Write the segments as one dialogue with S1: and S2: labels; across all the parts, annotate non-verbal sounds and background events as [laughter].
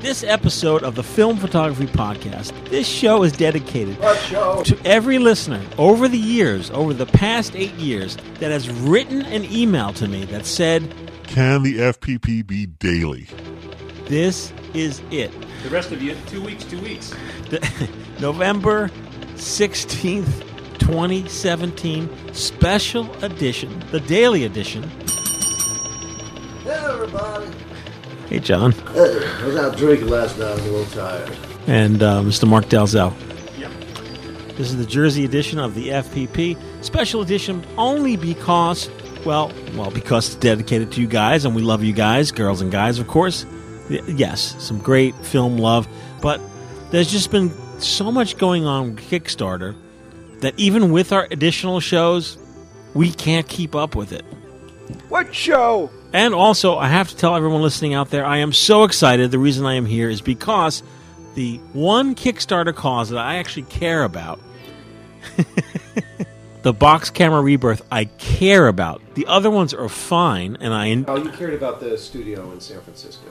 S1: this episode of the Film Photography Podcast, this show is dedicated to every listener over the years, over the past eight years, that has written an email to me that said,
S2: Can the FPP be daily?
S1: This is it.
S3: The rest of you, two weeks, two weeks.
S1: The- [laughs] November 16th, 2017, special edition, the daily edition.
S4: Hey, everybody.
S1: Hey, John.
S4: Hey, I was out drinking last night. I was a little tired.
S1: And uh, Mr. Mark Dalzell.
S3: Yep.
S1: This is the Jersey edition of the FPP special edition only because, well, well, because it's dedicated to you guys, and we love you guys, girls and guys, of course. Y- Yes, some great film love, but there's just been so much going on with Kickstarter that even with our additional shows, we can't keep up with it.
S5: What show?
S1: And also, I have to tell everyone listening out there, I am so excited. The reason I am here is because the one Kickstarter cause that I actually care about, [laughs] the box camera rebirth, I care about. The other ones are fine, and I in
S6: Oh, you cared about the studio in San Francisco.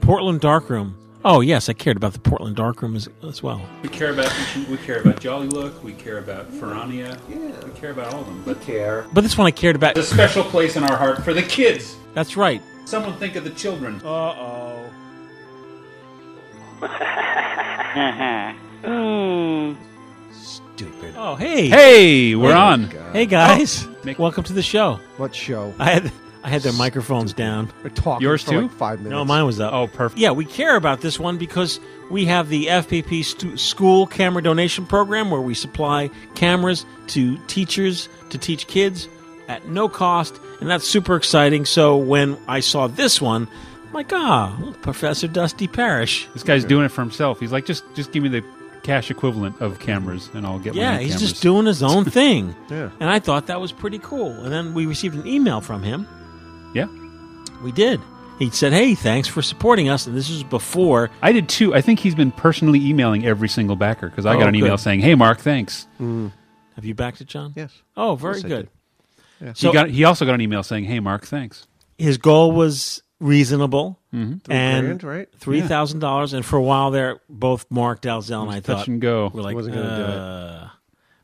S1: Portland Darkroom. Oh yes, I cared about the Portland Darkroom as, as well.
S3: We care about we care about Jolly Look. We care about Ferrania.
S6: Yeah.
S3: We care about all of them.
S6: But
S3: But
S6: care.
S1: But this one I cared about.
S3: there's a special place in our heart for the kids.
S1: That's right.
S3: Someone think of the children.
S1: Uh [laughs] oh.
S5: Stupid.
S1: Oh hey.
S3: Hey, we're on.
S1: Hey, guys.
S3: Make-
S1: Welcome to the show.
S5: What show?
S1: I had I had their microphones down.
S5: We're talking
S3: Yours
S5: for
S3: too?
S5: like five minutes.
S1: No, mine was up.
S3: Oh, perfect.
S1: Yeah, we care about this one because we have the FPP stu- School Camera Donation Program where we supply cameras to teachers to teach kids at no cost, and that's super exciting. So when I saw this one, I'm like, ah, Professor Dusty Parrish.
S3: This guy's doing it for himself. He's like, just just give me the cash equivalent of cameras, and I'll get. my
S1: Yeah,
S3: own
S1: he's
S3: cameras.
S1: just doing his
S5: [laughs]
S1: own thing.
S5: Yeah.
S1: And I thought that was pretty cool. And then we received an email from him.
S3: Yeah,
S1: We did. He said, hey, thanks for supporting us. And this was before
S3: I did too. I think he's been personally emailing every single backer because I
S1: Oh,
S3: got an
S1: good.
S3: email saying, "Hey, Mark, thanks."
S1: Have you backed it, John?
S5: Yes.
S1: Oh, very
S5: Yes, I
S1: good.
S3: he got. He also got an email saying, "Hey, Mark, thanks."
S1: His goal was reasonable,
S3: Mm-hmm.
S1: and
S5: grand, right?
S1: Three thousand dollars, and for a while there, both Mark Dalzell and I
S3: touch
S1: thought
S3: and go.
S1: We're like,
S5: Wasn't gonna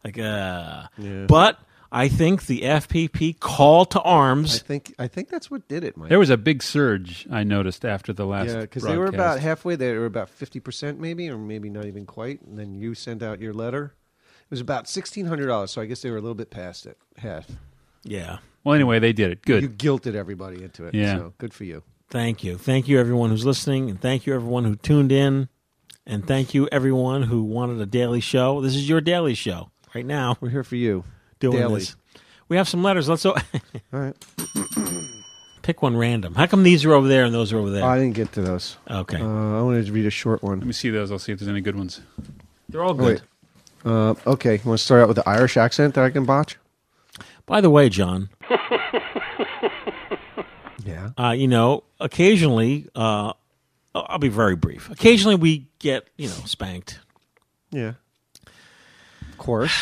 S5: do it.
S1: uh, like, uh. But I think the FPP call to
S5: I
S1: arms.
S5: think I think that's what did it, Mike.
S3: There was a big surge I noticed after the last.
S5: yeah, because they were about
S3: broadcast.
S5: halfway there. They were about fifty percent, maybe, or maybe not even quite. And then you sent out your letter. It was about sixteen hundred dollars, so I guess they were a little bit past it, half.
S1: Yeah.
S3: Well, anyway, they did it. Good.
S5: You guilted everybody into it.
S3: Yeah.
S5: So good for you.
S1: Thank you. Thank you, everyone who's listening, and thank you, everyone who tuned in, and thank you, everyone who wanted a daily show. This is your daily show right now.
S5: We're here for you.
S1: Doing
S5: Daily.
S1: this. We have some letters. Let's o- [laughs]
S5: All right.
S1: pick one random. How come these are over there and those are over there?
S5: Oh, I didn't get to those.
S1: okay.
S5: Uh, I wanted to read a short one.
S3: Let me see those. I'll see if there's any good ones.
S1: They're all
S5: Oh,
S1: good.
S5: wait. Uh, okay, you want to start out with the Irish accent that I can botch?
S1: By the way, John,
S5: Yeah.
S1: uh, you know, occasionally, uh, I'll be very brief. Occasionally, we get you know spanked.
S5: Yeah. Of course.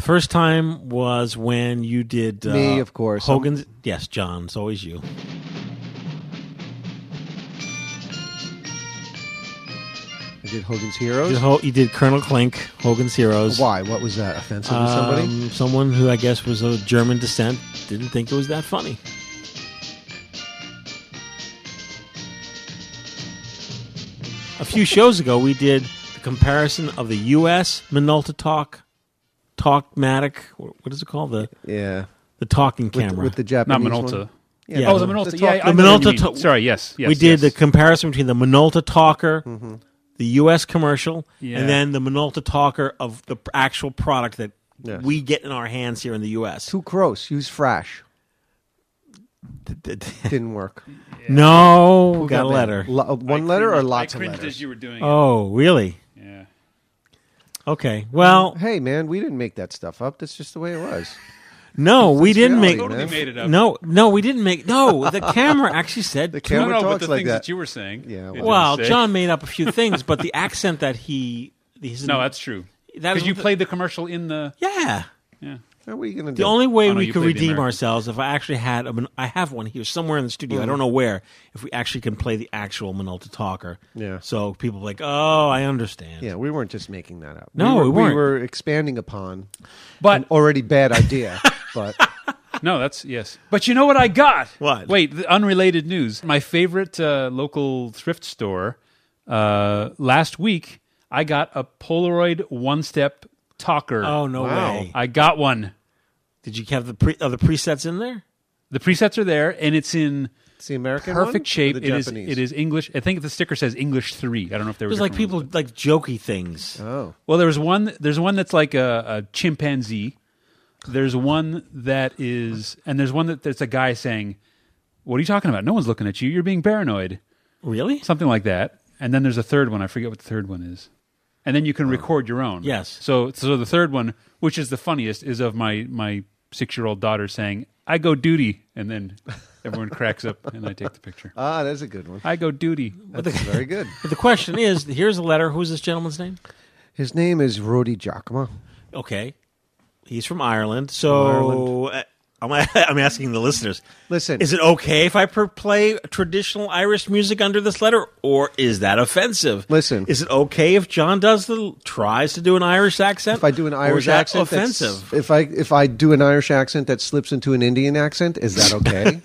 S1: First time was when you did uh,
S5: Me, of course.
S1: Hogan's. Yes, John. It's always you.
S5: I did Hogan's
S1: You did,
S5: Heroes.
S1: Ho- you did Colonel Clink, Hogan's Heroes.
S5: Why? What was that? Offensive to somebody?
S1: Um, someone who I guess was of German descent didn't think it was that funny. A few shows ago, we did the comparison of the U.S. Minolta Talk, Talkmatic, wh- what is it called? The
S5: Yeah.
S1: the talking
S5: With,
S1: camera.
S5: with the Japanese
S3: Not Minolta.
S5: one?
S1: Yeah.
S3: Oh, the Minolta. Yeah, I
S1: The
S3: know what you
S1: Minolta
S3: mean.
S1: to-
S3: Sorry. Yes. Yes.
S1: we did the
S3: yes.
S1: comparison between the Minolta Talker,
S5: Mm-hmm.
S1: the U.S. commercial,
S3: Yeah.
S1: and then the Minolta Talker of the p- actual product that
S5: Yes.
S1: we get in our hands here in the U.S.
S5: Too gross. Use fresh. Didn't work.
S1: No,
S5: Who
S1: got a
S5: that?
S1: letter.
S5: Lo- uh, one letter or lots
S3: I
S5: of
S3: cringed
S5: letters?
S3: as you were doing it.
S1: Oh, really?
S3: Yeah.
S1: Okay. Well,
S5: Hey, man, we didn't make that stuff up. That's just the way it
S3: [laughs]
S5: was.
S1: no, we didn't
S5: reality,
S1: make.
S3: Totally made it up.
S1: No, no, we didn't make. No, the camera actually said.
S5: [laughs] The
S1: two-
S3: No,
S5: camera
S3: no, but
S5: talks
S3: the
S5: like
S3: things
S5: that.
S3: that you were saying.
S5: Yeah,
S3: it
S5: well-
S3: didn't
S1: Well,
S3: say.
S1: John made up a few things, but the accent that he. He's
S3: No, that's true.
S1: That
S3: Because
S1: was
S3: you
S1: the-
S3: played the commercial in the.
S1: Yeah.
S3: Yeah.
S5: Now, what are you going to do?
S1: The only way
S3: Oh, no,
S1: we
S3: you
S1: could
S3: played the
S1: redeem
S3: American.
S1: ourselves if I actually had a mon- I have one here somewhere in the studio.
S3: Mm.
S1: I don't know where. If we actually can play the actual Minolta Talker.
S5: Yeah.
S1: So people are like, "Oh, I understand."
S5: yeah, we weren't just making that up.
S1: No,
S5: we were,
S1: we weren't.
S5: were expanding upon
S3: But
S5: an already bad
S3: [laughs]
S5: idea. but
S3: No, that's yes. But you know what I got?
S1: What?
S3: Wait, the unrelated news. My favorite uh, local thrift store uh, last week, I got a Polaroid one-step talker.
S1: Oh, no Wow. way.
S3: I got one.
S1: Did you have the pre- are the presets in there?
S3: The presets are there, and it's in
S5: it's the American one
S3: perfect shape.
S5: Or
S3: It
S5: the
S3: is.
S5: Japanese?
S3: It is English. I think the sticker says English three. I don't know if there
S1: It
S3: was
S1: was like people like jokey things.
S3: Uh,
S5: Oh,
S3: Well, there's one. There's one that's like a, a chimpanzee. There's one that is, and there's one that that's a guy saying, "What are you talking about? No one's looking at you. You're being paranoid."
S1: Really?
S3: something like that. And then there's a third one. I forget what the third one is. And then you
S5: Oh.
S3: can record your own.
S1: Yes.
S3: So so the third one, which is the funniest, is of my my six year old daughter saying, "I go duty," and then [laughs] everyone cracks up, and I take the picture.
S5: ah, that's a good one.
S3: I go duty.
S1: [laughs]
S5: That's very good.
S1: But the question is, here's a letter. Who's this gentleman's name?
S5: His name is Rodi Giacomo.
S1: Okay. He's from Ireland. So uh, [laughs] I'm I'm asking the listeners.
S5: Listen.
S1: Is it okay if I per- play traditional Irish music under this letter or is that offensive?
S5: Listen.
S1: Is it okay if John does the tries to do an Irish accent?
S5: If I do an
S1: Or
S5: Irish
S1: is that
S5: accent, that's-
S1: offensive.
S5: If I if I do an Irish accent that slips into an Indian accent, is that
S1: [laughs]
S5: okay?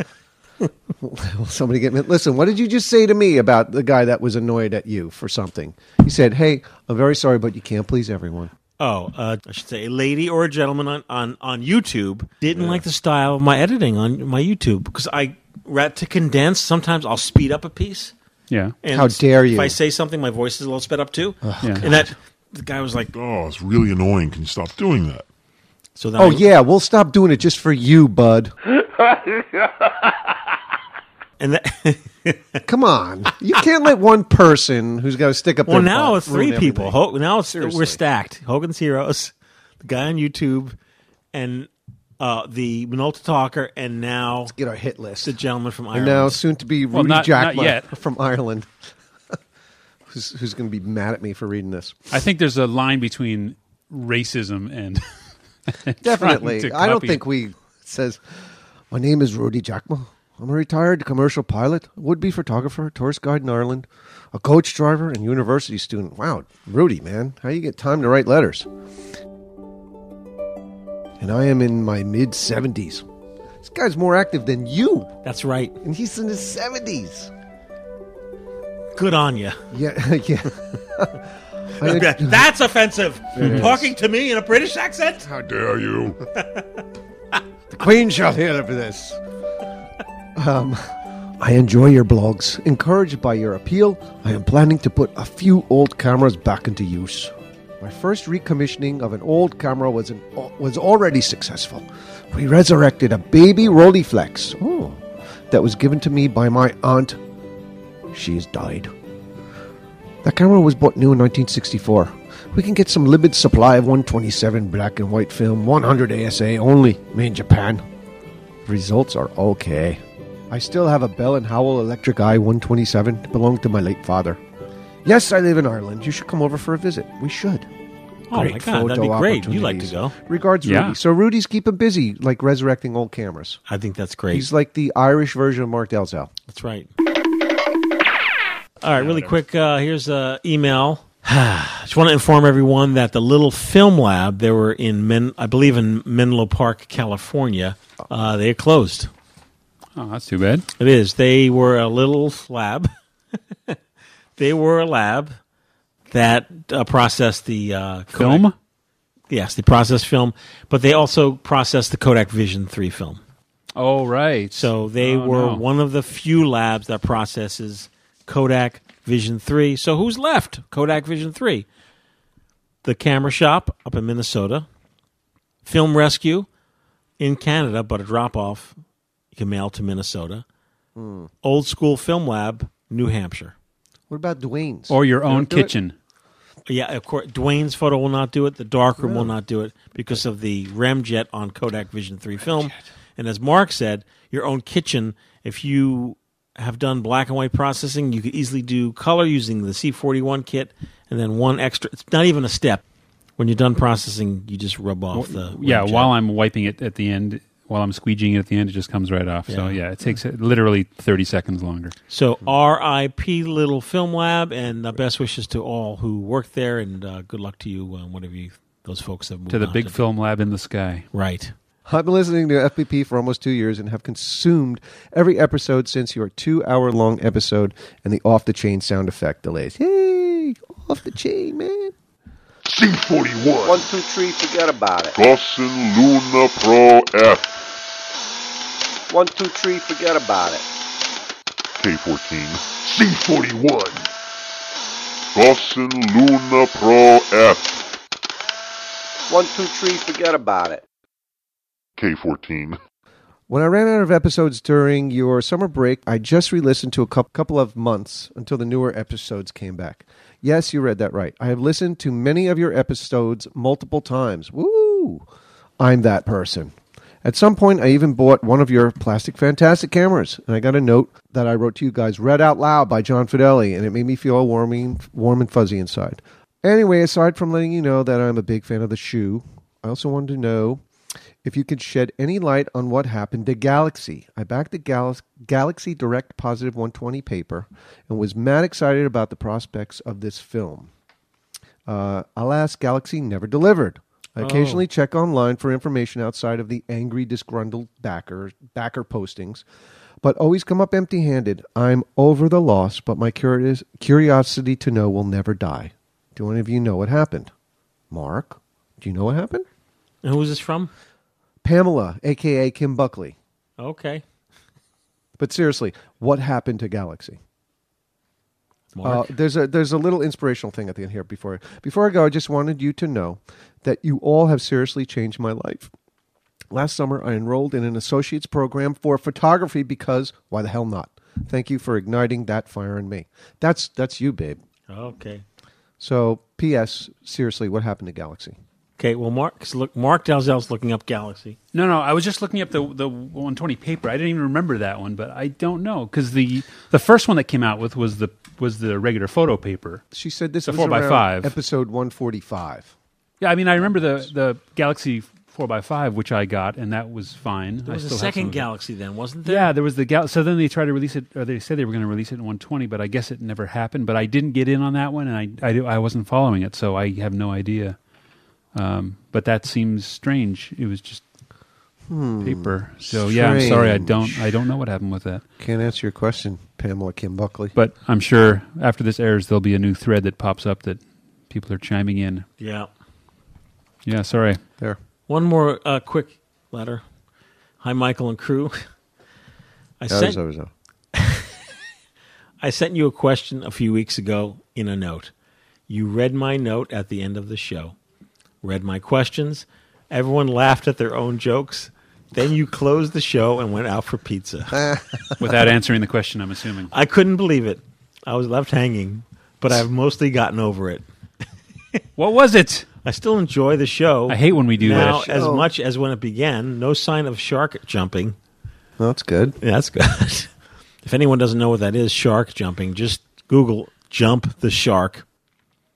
S5: Will somebody get me? Listen, what did you just say to me about the guy that was annoyed at you for something? He said, "Hey, I'm very sorry, but you can't please everyone."
S1: Oh, uh, I should say a lady or a gentleman on, on, on YouTube didn't like the style of my editing on my YouTube because I, rat to condense, sometimes I'll speed up a piece.
S3: Yeah.
S1: And
S5: How dare
S1: If
S5: you.
S1: I say something, my voice is a little sped up too.
S3: Yeah.
S1: And that the guy was like,
S2: Oh, it's really annoying. Can you stop doing that?
S1: "So then
S5: Oh
S1: I-
S5: yeah, we'll stop doing it just for you, bud.
S1: And
S5: [laughs]
S1: that,
S5: Come on, you can't let one person who's got to stick up.
S1: well,
S5: their
S1: now
S5: butt
S1: it's three
S5: ruin
S1: people.
S5: everything.
S1: Ho- now it's we're
S5: Seriously.
S1: stacked. Hogan's Heroes, the guy on YouTube, and uh, the Minolta Talker, and now
S5: Get our hit list.
S1: the gentleman from
S5: And
S1: Ireland.
S5: now soon to be
S3: not-
S5: Rudy
S3: not
S5: Jackman
S3: yet.
S5: from Ireland. [laughs] who's who's going to be mad at me for reading this?
S3: I think there's a line between racism and [laughs]
S5: Definitely.
S3: to
S5: I don't
S3: copy.
S5: think we it says my name is Rudy Jackman. I'm a retired commercial pilot, would-be photographer, tourist guide in Ireland, a coach driver, and university student. Wow, Rudy, man, how you get time to write letters? And I am in my mid seventies. This guy's more active than you,
S1: That's right.
S5: and he's in his seventies.
S1: Good on you.
S5: Yeah, [laughs]
S3: [laughs]
S5: yeah. I-
S1: That's offensive. Talking to me in a British accent.
S2: How dare you?
S5: The Queen shall hear of this. Um, I enjoy your blogs. Encouraged by your appeal, I am planning to put a few old cameras back into use. My first recommissioning of an old camera was an, was already successful. We resurrected a baby Rolleiflex. Oh, that was given to me by my aunt. She has died. That camera was bought new in 1964. We can get some limited supply of 127 black and white film, 100 ASA only, made in Japan. Results are okay. I still have a Bell and Howell Electric I 127. It belonged to my late father. Yes, I live in Ireland. You should come over for a visit. We should.
S1: Oh my
S5: Great
S1: god, that'd be
S5: photo
S1: great. You like to
S5: opportunities.
S1: go?
S5: Regards,
S3: Yeah.
S5: Rudy. So Rudy's keeping busy, like resurrecting old cameras.
S1: I think that's great.
S5: He's like the Irish version of Mark Dalzell.
S1: That's right. All right, really quick. Uh, here's an email. [sighs] Just want to inform everyone that the Little Film Lab they were in Men, I believe in Menlo Park, California, uh, they closed.
S3: Oh, that's too bad.
S1: It is. They were a little lab. [laughs] they were a lab that uh, processed the uh, Kodak-
S3: Film.
S1: Yes, they processed film, but they also processed the Kodak Vision Three film.
S3: Oh right.
S1: So they
S3: Oh,
S1: were
S3: no.
S1: one of the few labs that processes Kodak Vision 3. So who's left? Kodak Vision 3. The Camera Shop up in Minnesota. Film Rescue in Canada, but a drop off you can mail to Minnesota. Old School Film Lab, New Hampshire.
S5: What about Dwayne's?
S3: Or your
S5: They
S3: own
S5: don't do it?
S3: kitchen.
S1: Yeah, of course. Dwayne's photo will not do it. The darkroom will not do it because of the ramjet on Kodak Vision Three film. And as Mark said, your own kitchen. If you have done black and white processing, you could easily do color using the C forty one kit, and then one extra. It's not even a step. When you're done processing, you just rub off the.
S3: yeah,
S1: web
S3: while I'm wiping it at the end, while I'm squeegeeing it at the end, it just comes right off. So
S1: Yeah.
S3: yeah, it takes uh, literally 30 seconds longer.
S1: So R.I.P. Little Film Lab, and uh, best wishes to all who work there, and uh, good luck to you, uh, whatever you those folks have moved
S3: To the
S1: on
S3: big film lab in the sky.
S1: Right.
S5: I've been listening to FPP for almost two years and have consumed every episode since your two hour long episode and the off the chain sound effect delays. Hey, off the chain, man.
S7: One,
S2: C41
S7: two, three, forget about it.
S2: Dawson Luna Pro F
S7: One, two, three, forget about it.
S2: K14 C41 Dawson Luna Pro F
S7: One, two, three, forget about it.
S2: K14
S5: When I ran out of episodes during your summer break, I just re listened to a cou- couple of months until the newer episodes came back. Yes, you read that right. I have listened to many of your episodes multiple times. Woo! I'm that person. At some point, I even bought one of your plastic fantastic cameras, and I got a note that I wrote to you guys read out loud by John Fidelli, and it made me feel all warming, warm and fuzzy inside. Anyway, aside from letting you know that I'm a big fan of the shoe, I also wanted to know if you could shed any light on what happened to Galaxy. I backed the Gal- Galaxy Direct Positive 120 paper and was mad excited about the prospects of this film. Uh, alas, Galaxy never delivered. I occasionally check online for information outside of the angry, disgruntled backer backer postings, but always come up empty-handed. I'm over the loss, but my curios- curiosity to know will never die. Do any of you know what happened? Mark, do you know what happened?
S1: And who is this from?
S5: Pamela, aka Kim Buckley.
S1: Okay.
S5: But seriously, what happened to Galaxy? Uh,
S1: Mark.
S5: there's a there's a little inspirational thing at the end here before before I go. I just wanted you to know that you all have seriously changed my life. Last summer, I enrolled in an associate's program for photography because why the hell not? Thank you for igniting that fire in me. That's that's you, babe.
S1: okay.
S5: So, P.S. Seriously, what happened to Galaxy?
S1: Okay. Well, Mark's look. Mark Dalzell's looking up Galaxy.
S3: No, no, I was just looking up the the 120 paper. I didn't even remember that one, but I don't know cuz the the first one that came out with was the was the regular photo paper.
S5: She said this
S3: The
S5: was
S3: four by
S5: around
S3: five.
S5: episode one forty five.
S3: Yeah, I mean, I remember the the Galaxy 4x5 which I got and that was fine.
S1: There was a
S3: I still have some
S1: second
S3: of it.
S1: Galaxy then, wasn't there?
S3: Yeah, there was the gal. So then they tried to release it, or they said they were going to release it in 120, but I guess it never happened. But I didn't get in on that one, and I I, do- I wasn't following it, so I have no idea. Um, but that seems strange. It was just paper. So yeah, I'm sorry. I don't I don't know what happened with that.
S5: Can't answer your question, Pamela Kim Buckley.
S3: But I'm sure after this airs, there'll be a new thread that pops up that people are chiming in.
S1: Yeah.
S3: Yeah, sorry.
S5: there.
S1: One more uh, quick letter. Hi, Michael and crew. [laughs] I
S5: That was
S1: sent
S5: always a-
S1: I sent you a question a few weeks ago in a note. You read my note at the end of the show, read my questions. Everyone laughed at their own jokes. Then you closed the show and went out for pizza.
S3: Without answering the question, I'm assuming.
S1: I couldn't believe it. I was left hanging, but I've mostly gotten over it.
S3: What was it?
S1: I still enjoy the show.
S3: I hate when we do
S1: now
S3: that.
S1: as much as when it began. No sign of shark jumping.
S5: Well, that's good.
S1: Yeah, that's good. [laughs] if anyone doesn't know what that is, shark jumping, just Google jump the shark.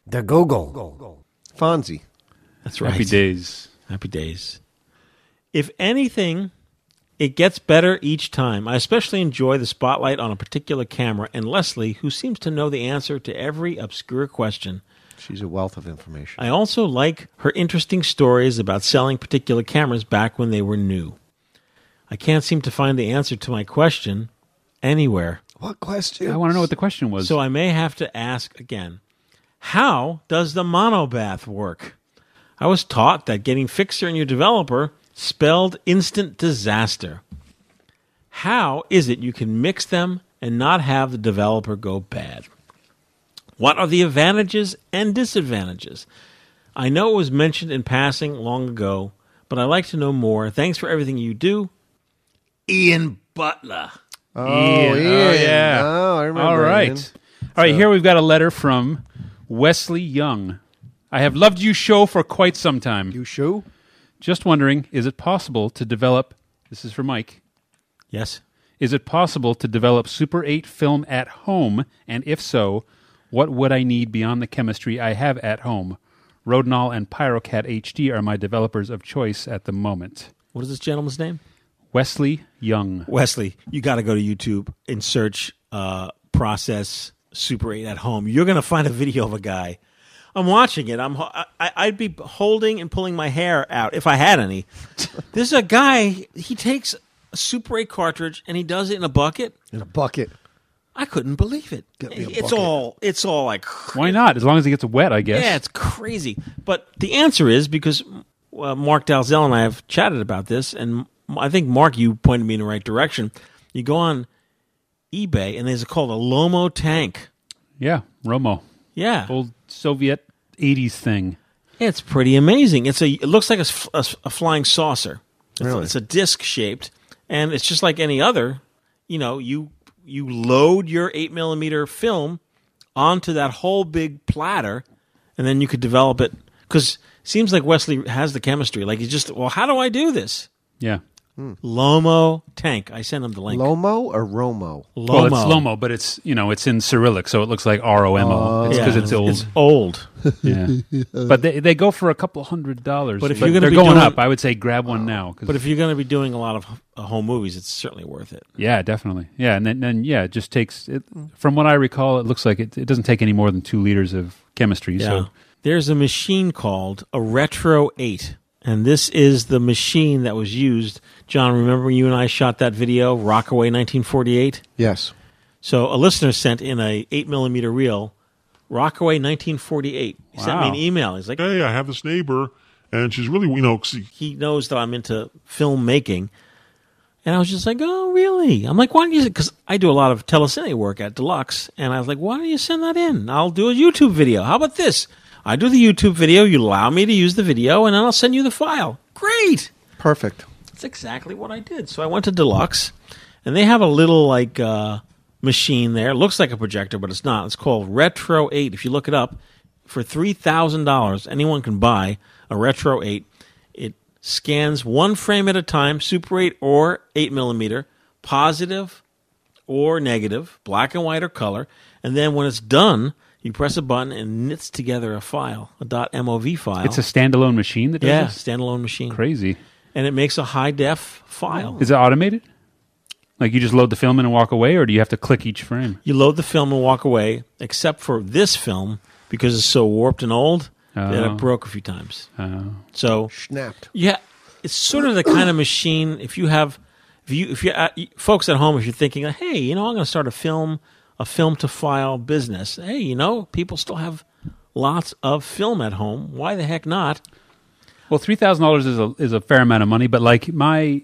S8: The Google.
S5: Fonzie.
S1: That's right.
S3: Happy days.
S1: Happy days. If anything, it gets better each time. I especially enjoy the spotlight on a particular camera and Leslie, who seems to know the answer to every obscure question.
S5: She's a wealth of information.
S1: I also like her interesting stories about selling particular cameras back when they were new. I can't seem to find the answer to my question anywhere.
S5: What question?
S3: I want to know what the question was.
S1: So I may have to ask again. How does the monobath work? I was taught that getting fixer in your developer spelled instant disaster. How is it you can mix them and not have the developer go bad? What are the advantages and disadvantages? I know it was mentioned in passing long ago, but I'd like to know more. Thanks for everything you do. Ian Butler.
S5: Oh,
S3: Ian.
S5: Ian.
S3: Oh, yeah.
S5: Oh, I remember
S3: All right.
S5: Ian.
S3: All right. Here we've got a letter from Wesley Young. I have loved you show for quite some time.
S5: You shoe?
S3: Just wondering, is it possible to develop? This is for Mike.
S1: Yes.
S3: Is it possible to develop Super 8 film at home? And if so, what would I need beyond the chemistry I have at home? Rodinal and Pyrocat HD are my developers of choice at the moment.
S1: What is this gentleman's name?
S3: Wesley Young.
S1: Wesley, you got to go to YouTube and search uh, process Super 8 at home. You're going to find a video of a guy. I'm watching it. I'm ho- I, I- I'd be holding and pulling my hair out if I had any. This is a guy. He takes a Super 8 cartridge and he does it in a bucket.
S5: in a bucket.
S1: I couldn't believe it.
S5: Get me a
S1: It's
S5: bucket.
S1: all. It's all like.
S3: Why not? As long as it gets wet, I guess.
S1: Yeah, it's crazy. But the answer is because uh, Mark Dalzell and I have chatted about this, and M- I think Mark, you pointed me in the right direction. You go on eBay, and there's a called a Lomo tank.
S3: yeah, Romo.
S1: Yeah,
S3: Old Soviet 80s thing.
S1: it's pretty amazing. It's a. It looks like a, s- a s- a flying saucer. It's, a- it's a disc shaped, and it's just like any other. You know, you you load your eight millimeter film onto that whole big platter, and then you could develop it. Because seems like Wesley has the chemistry. Like he's just, well, how do I do this?
S3: Yeah.
S1: Lomo tank. I sent him the link.
S5: Lomo or Romo?
S1: Lomo.
S3: Well, it's Lomo, but it's, you know, it's in Cyrillic, so it looks like R-O-M-O. It's
S1: Oh, Yeah,
S3: because it's old.
S1: [laughs] It's old.
S3: yeah. but they, they go for a couple hundred dollars.
S1: But if you're gonna
S3: they're
S1: be
S3: going
S1: doing-
S3: up, I would say grab one now. 'cause-
S1: But if you're going to be doing a lot of uh, home movies, it's certainly worth it.
S3: Yeah, definitely. Yeah, and then, then yeah, it just takes it. From what I recall, it looks like it, it doesn't take any more than two liters of chemistry. So
S1: There's a machine called a Retro 8. And this is the machine that was used. John, remember you and I shot that video, Rockaway 1948?
S5: Yes.
S1: So a listener sent in a 8 millimeter reel, Rockaway 1948. He sent me
S3: Wow.
S1: an email. He's like,
S2: Hey, I have this neighbor, and she's really, you know, she,
S1: he knows that I'm into filmmaking. And I was just like, oh, really? I'm like, why don't you? Because I do a lot of telecine work at Deluxe. And I was like, why don't you send that in? I'll do a YouTube video. How about this? I do the YouTube video. You allow me to use the video, and then I'll send you the file. Great.
S5: Perfect.
S1: That's exactly what I did. So I went to Deluxe, and they have a little like uh, machine there. It looks like a projector, but it's not. It's called Retro Eight. If you look it up, for three thousand dollars, anyone can buy a Retro Eight. It scans one frame at a time, Super Eight or eight millimeter, positive or negative, black and white or color, and then when it's done. You press a button and knits together a file, a .mov file.
S3: it's a standalone machine that does
S1: yeah,
S3: this?
S1: standalone machine
S3: Crazy.
S1: and it makes a high def file.
S3: Is it automated? Like you just load the film in and walk away, or do you have to click each frame?
S1: You load the film and walk away, except for this film because it's so warped and old that
S3: Oh.
S1: it broke a few times.
S3: Oh.
S1: So
S5: Snapped.
S1: yeah, it's sort of the kind of machine. If you have, if you if you uh, you- folks at home, if you're thinking, hey, you know, I'm going to start a film, a film to file business. Hey, you know, people still have lots of film at home. Why the heck not?
S3: Well, three thousand dollars is a is a fair amount of money, but like my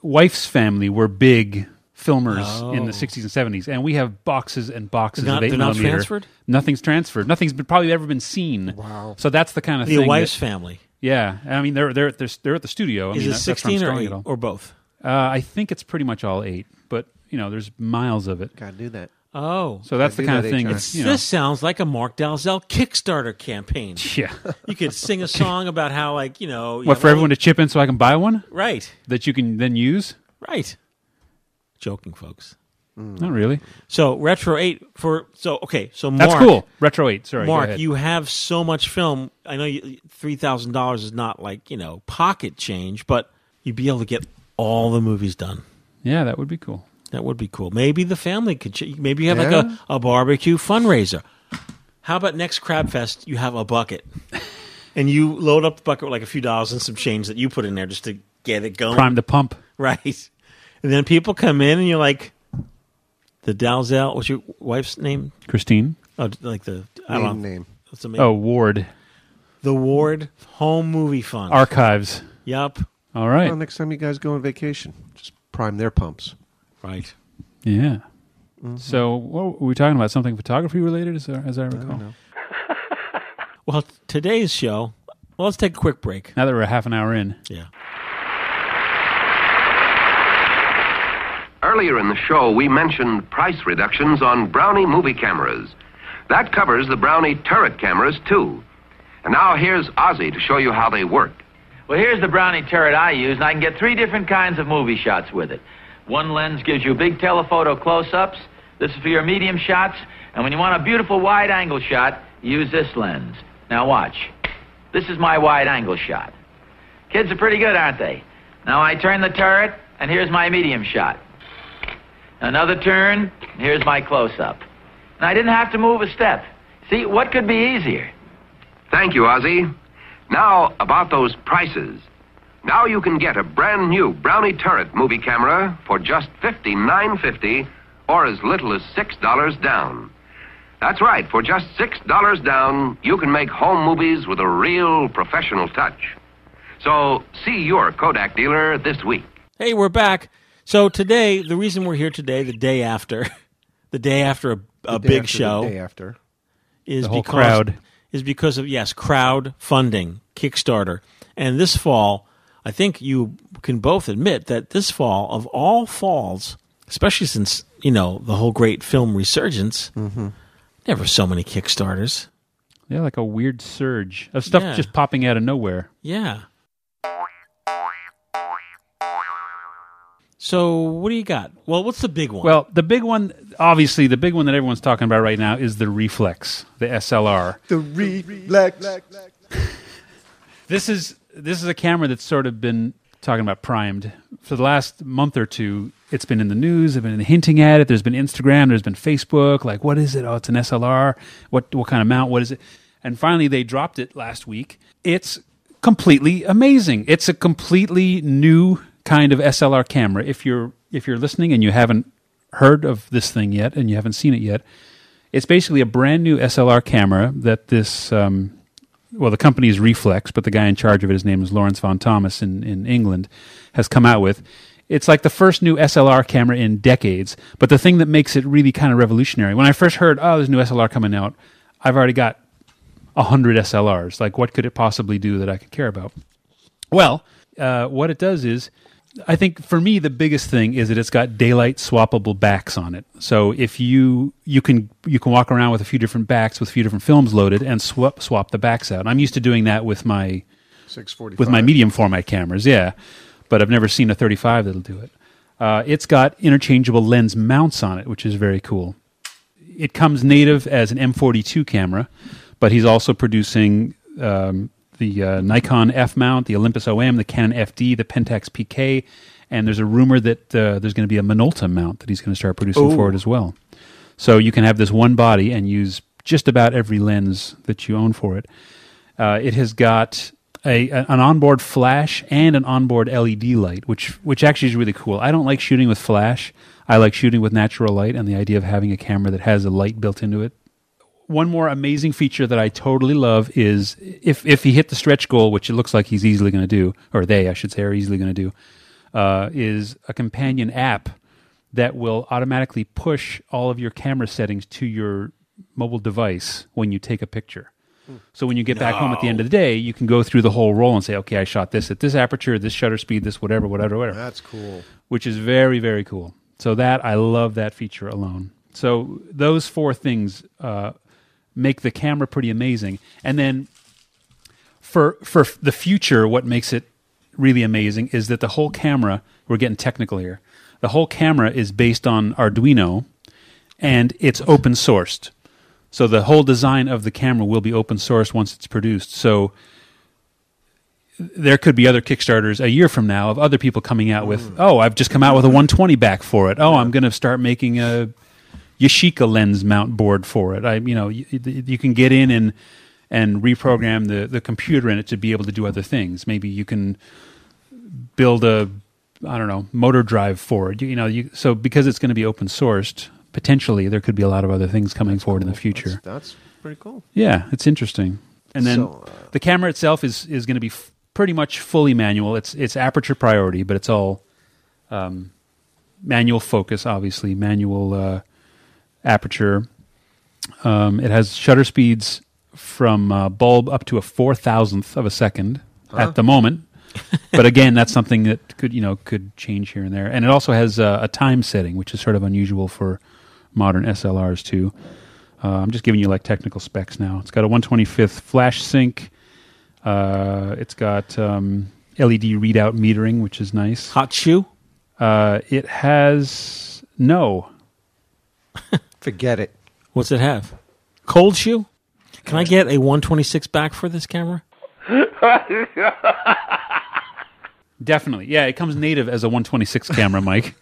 S3: wife's family were big filmers in the sixties and seventies, and we have boxes and boxes
S1: Oh. They're not-
S3: of eight
S1: they're not
S3: millimeter.
S1: transferred?
S3: Nothing's transferred. Nothing's been, probably ever been seen. Wow. So that's the kind of
S1: The
S3: thing.
S1: wife's
S3: that-
S1: family
S3: yeah, I mean they're they're at the, they're at the studio. I
S1: is it
S3: mean, that- that's where I'm
S1: sixteen or
S3: storing
S1: eight
S3: it all.
S1: or both?
S3: Uh, I think it's pretty much all eight, but you know there's miles of it.
S5: Gotta do that.
S1: Oh,
S3: So that's
S5: I
S3: the
S5: do
S3: kind
S5: that
S3: of
S5: eight
S3: thing.
S5: times.
S3: It's you know,
S1: this sounds like a Mark Dalzell Kickstarter campaign.
S3: [laughs]
S1: [laughs]
S3: yeah.
S1: You could sing a song about how, like, you know, you
S3: What
S1: have
S3: for
S1: all-
S3: everyone to chip in so I can buy one
S1: right,
S3: that you can then use?
S1: right. Joking, folks.
S3: Not really.
S1: So retro eight for so okay. So Mark,
S3: That's cool. Retro eight. Sorry. go
S1: Mark,
S3: ahead.
S1: you have so much film. I know you, three thousand dollars is not like you know pocket change, but you'd be able to get all the movies done.
S3: Yeah, that would be cool.
S1: That would be cool. Maybe the family could. Ch- maybe you have like
S5: Yeah.
S1: a, a barbecue fundraiser. How about next Crab Fest? You have a
S3: [laughs]
S1: bucket, and you load up the bucket with like a few dollars and some change that you put in there just to get it going,
S3: Prime the pump.
S1: [laughs] right? And then people come in, and you're like, the Dalzell. What's your wife's name?
S3: Christine.
S1: Oh, like the I don't
S5: Maiden
S1: know.
S5: name.
S1: What's the name?
S3: Oh, Ward.
S1: the Ward Home Movie Fund.
S3: Archives.
S1: Yup.
S3: All right.
S5: Well, next time you guys go on vacation, just prime their pumps.
S1: Right.
S3: yeah. So, what were we talking about? Something photography related, as, as I recall?
S1: Well, t- today's show. Well, let's take a quick break.
S3: Now that we're half an hour in.
S1: Yeah.
S9: Earlier in the show, we mentioned price reductions on Brownie movie cameras. That covers the Brownie turret cameras, too. And now here's Ozzy to show you how they work.
S10: Well, here's the Brownie turret I use, and I can get three different kinds of movie shots with it. One lens gives you big telephoto close ups, this is for your medium shots, and when you want a beautiful wide angle shot, use this lens. Now, watch. This is my wide angle shot. Kids are pretty good, aren't they? Now I turn the turret, and here's my medium shot. Another turn, and here's my close up. And I didn't have to move a step. See, what could be easier?
S9: Thank you, Ozzy. Now, about those prices. Now you can get a brand new Brownie Turret movie camera for just $59.50 or as little as $6 down. That's right, for just $6 down, you can make home movies with a real professional touch. So, see your Kodak dealer this week.
S1: Hey, we're back. So today, the reason we're here today, the day after, [laughs] the day after a, a
S5: day
S1: big
S5: after, the
S1: show,
S5: day after.
S1: is
S3: The whole
S1: because
S3: crowd.
S1: is because of yes, crowd funding, Kickstarter, and this fall, I think you can both admit that this fall of all falls, especially since you know the whole great film resurgence,
S3: Mm-hmm.
S1: never so many Kickstarters.
S3: Yeah, like a weird surge of stuff
S1: Yeah.
S3: just popping out of nowhere.
S1: Yeah. So what do you got? Well, what's the big one?
S3: Well, the big one, obviously, the big one that everyone's talking about right now is the Reflex, the SLR.
S5: The reflex.
S3: This is this is a camera that's sort of been talking about primed for the last month or two. It's been in the news. I've been hinting at it. There's been Instagram. There's been Facebook. Like, what is it? Oh, it's an SLR. What what kind of mount? What is it? And finally, they dropped it last week. It's completely amazing. It's a completely new kind of SLR camera. If you're if you're listening and you haven't heard of this thing yet and you haven't seen it yet, it's basically a brand new SLR camera that this um, well, the company is Reflex, but the guy in charge of it, his name is Lawrence von Thomas in, in England, has come out with. It's like the first new SLR camera in decades, but the thing that makes it really kind of revolutionary. When I first heard, oh, there's a new SLR coming out, I've already got 100 SLRs. Like, what could it possibly do that I could care about? Well, uh, what it does is, I think for me the biggest thing is that it's got daylight swappable backs on it. So if you you can you can walk around with a few different backs with a few different films loaded and swap swap the backs out. I'm used to doing that with my
S5: 645.
S3: with my medium format cameras, yeah. But I've never seen a 35 that'll do it. Uh, it's got interchangeable lens mounts on it, which is very cool. It comes native as an M42 camera, but he's also producing um, the uh, Nikon F mount, the Olympus OM, the Canon FD, the Pentax PK, and there's a rumor that uh, there's going to be a Minolta mount that he's going to start producing for it as well. So you can have this one body and use just about every lens that you own for it. Uh, it has got a, a- an onboard flash and an onboard LED light, which which actually is really cool. I don't like shooting with flash. I like shooting with natural light, and the idea of having a camera that has a light built into it. One more amazing feature that I totally love is if if he hit the stretch goal, which it looks like he's easily going to do, or they, I should say, are easily going to do, uh, is a companion app that will automatically push all of your camera settings to your mobile device when you take a picture. So when you get back home at the end of the day, you can go through the whole roll and say, okay, I shot this at this aperture, this shutter speed, this whatever, whatever, whatever
S5: That's cool.
S3: which is very very cool. So that I love that feature alone. So those four things uh, make the camera pretty amazing. And then for for the future, what makes it really amazing is that the whole camera. We're getting technical here. The whole camera is based on Arduino, and it's open sourced. So the whole design of the camera will be open sourced once it's produced. So there could be other Kickstarters a year from now of other people coming out with, oh, I've just come out with a 120 back for it. Oh, I'm going to start making a Yashica lens mount board for it. I, you know, you, you can get in and and reprogram the the computer in it to be able to do other things. Maybe you can build a I don't know motor drive for it. You, you know, you, so because it's going to be open sourced, potentially there could be a lot of other things coming forward in the future.
S5: That's pretty cool.
S3: Yeah, it's interesting. And then
S5: So, uh,
S3: the camera itself is is going to be f- pretty much fully manual. It's it's aperture priority, but it's all um, manual focus, obviously manual uh, aperture. Um, it has shutter speeds from uh, bulb up to a four thousandth of a second at the moment. but again, that's something that could you know could change here and there. And it also has uh, a time setting, which is sort of unusual for modern SLRs too. Uh, I'm just giving you like technical specs now. It's got a 125th flash sync. Uh, it's got um, LED readout metering, which is nice.
S1: Hot shoe.
S3: Uh, it has no.
S5: Forget it.
S1: What's it have? Cold shoe? Can I get a 126 back for this camera?
S3: Definitely. Yeah, it comes native as a 126 camera, Mike.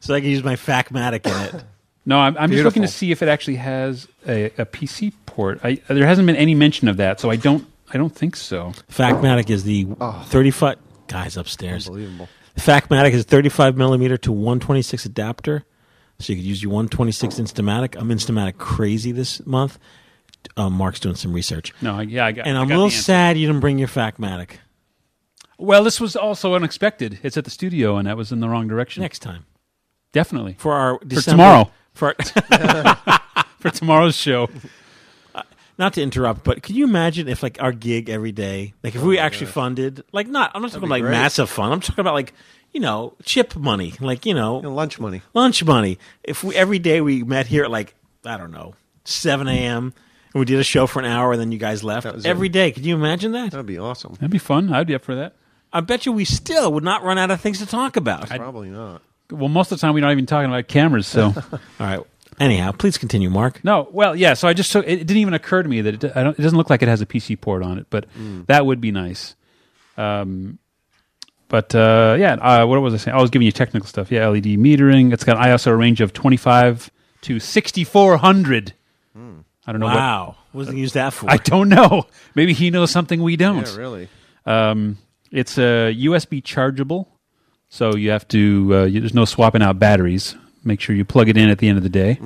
S1: so I can use my Facmatic in it.
S3: No, I'm, I'm just
S1: Beautiful.
S3: looking to see if it actually has a, a PC port. I, there hasn't been any mention of that, so I don't. I don't think so.
S1: Factmatic is the 35 guys upstairs.
S5: Oh. Unbelievable.
S1: Factmatic is 35 millimeter to 126 adapter, so you could use your 126 Instamatic. I'm Instamatic crazy this month. Um, Mark's doing some research.
S3: No, I- yeah, I got.
S1: and
S3: I
S1: I'm
S3: got
S1: a little
S3: the answer.
S1: sad you didn't bring your Factmatic.
S3: Well, this was also unexpected. It's at the studio, and that was in the wrong direction.
S1: Next time.
S3: Definitely
S1: for our December-
S3: tomorrow
S1: for
S3: for tomorrow's show.
S1: [laughs] Not to interrupt, but can you imagine if like our gig every day, like
S5: Oh
S1: if we actually funded, like not, I'm not talking
S5: be
S1: about like
S5: great.
S1: massive fun. I'm talking about like you know chip money, like you know
S5: lunch money.
S1: lunch money. If we every day we met here at like I don't know 7 a.m. and we did a show for an hour, and then you guys left
S5: was
S1: every
S5: it.
S1: day. Could you imagine that?
S5: That'd be awesome.
S3: That'd be fun. I'd be up for that.
S1: I bet you we still would not run out of things to talk about.
S5: Probably not.
S3: Well, most of the time we're not even talking about cameras.
S1: [laughs]
S3: So
S1: All right. Anyhow, please continue, Mark.
S3: no. Well, yeah. So I just so it didn't even occur to me that it, I don't, it doesn't look like it has a PC port on it, but
S1: Mm.
S3: that would be nice. Um, but uh, yeah, uh, what was I saying? I was giving you technical stuff. Yeah, LED metering. It's got an ISO range of twenty five to sixty four hundred. I don't know. What,
S1: Hmm. Wow, what did they use that for?
S3: I don't know. Maybe he knows something we don't.
S5: Yeah, really.
S3: Um, it's a USB chargeable, so you have to. Uh, you, there's no swapping out batteries. Make sure you plug it in at the end of the day.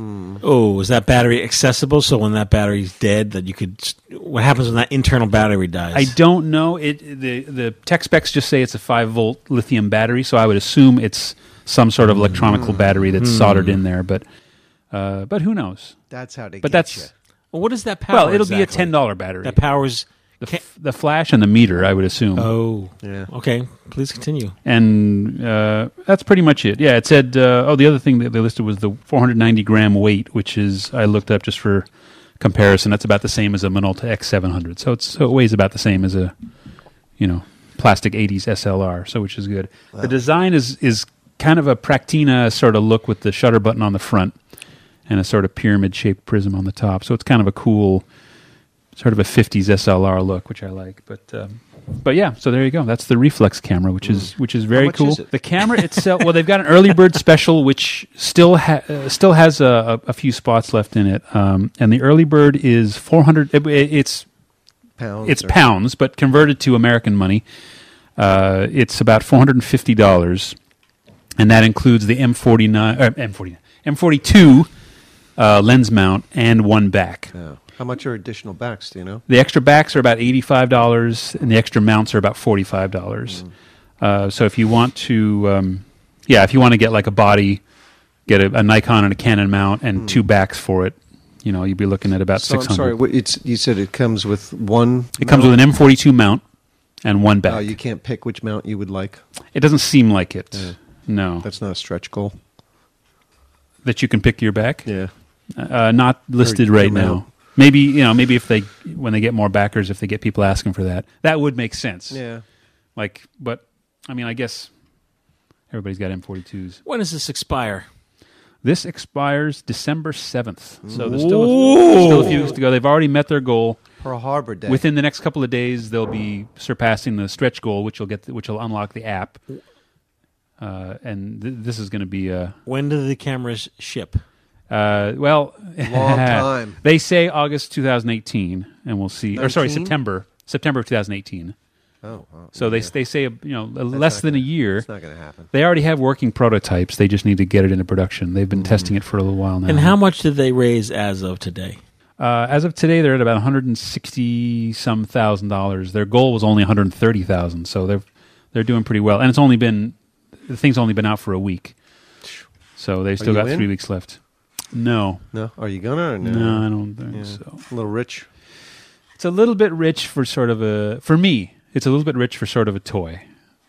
S1: Oh, is that battery accessible? So when that battery's dead, that you could. What happens when that internal battery dies?
S3: I don't know. It the the tech specs just say it's a five volt lithium battery, so I would assume it's some sort of electronical battery that's soldered in there. But uh, but who knows?
S5: That's how they.
S3: But
S5: get ya.
S3: that's
S1: Well, what does that power?
S3: well, it'll be a
S1: exactly?
S3: ten dollar battery.
S1: That powers.
S3: the, f- the flash and the meter, I would assume.
S1: Oh,
S5: Yeah.
S1: Okay, please continue.
S3: and uh, that's pretty much it. Yeah, it said. Uh, oh, the other thing that they listed was the 490 gram weight, which is I looked up just for comparison. That's about the same as a Minolta X700. So it's so it weighs about the same as a you know plastic 80s SLR. So which is good. The design is is kind of a Practina sort of look with the shutter button on the front and a sort of pyramid shaped prism on the top. So it's kind of a cool. Sort of a '50s SLR look, which I like, but um, but yeah. So there you go. That's the reflex camera, which is which is very
S5: Mm. much
S3: cool.
S5: is it?
S3: The
S5: [laughs]
S3: camera itself. well, they've got an early bird special, which still ha- uh, still has a, a, a few spots left in it. Um, and the early bird is four hundred. It, it's
S5: pounds.
S3: it's
S5: or-
S3: pounds, but converted to American money, uh, it's about four hundred and fifty dollars, and that includes the M forty nine or M forty M forty two lens mount and one back.
S5: Yeah. How much are additional backs? Do you know?
S3: The extra backs are about eighty-five dollars, and the extra mounts are about forty-five
S5: Hmm.
S3: dollars. Uh, so if you want to, um, yeah, if you want to get like a body, get a, a Nikon and a Canon mount and two backs for it, you know, you'd be looking at about
S5: Hmm. So
S3: six
S5: I'm sorry.
S3: hundred.
S5: What, it's you said it comes with one.
S3: It comes with an M42 mount and one back.
S5: Oh, you can't pick which mount you would like.
S3: it doesn't seem like it. No,
S5: That's not a stretch goal.
S3: that you can pick your back.
S5: Yeah.
S3: Uh, not listed
S5: your
S3: right now.
S5: mount.
S3: Maybe you know, maybe if they when they get more backers, if they get people asking for that, that would make sense.
S5: Yeah.
S3: Like, but I mean, I guess everybody's got M42s.
S1: When does this expire?
S3: This expires December 7th. So there's still a, still a few weeks to go. They've already met their goal.
S5: Pearl Harbor Day.
S3: Within the next couple of days, they'll be surpassing the stretch goal, which will get which will unlock the app. Uh, and th- this is going to be a
S1: When do the cameras ship?
S3: uh, well, [laughs]
S5: Long time.
S3: They say August 2018, and we'll see. Or sorry,
S5: 19?
S3: September September of 2018.
S5: oh, wow.
S3: So they they say you know less
S5: not
S3: than a
S5: gonna-
S3: year.
S5: It's not going to happen.
S3: They already have working prototypes. They just need to get it into production. They've been
S5: Mm-hmm.
S3: testing it for a little while now.
S1: And how much did they raise as of today?
S3: Uh, as of today, they're at about 160 some thousand dollars. Their goal was only 130,000, so they're they're doing pretty well. And it's only been the thing's only been out for a week, so they still
S5: you
S3: got
S5: in?
S3: three weeks left. No,
S5: No. Are you gonna? Or no.
S3: no, I don't think
S5: Yeah.
S3: so.
S5: A little rich.
S3: It's a little bit rich for sort of a for me. It's a little bit rich for sort of a toy,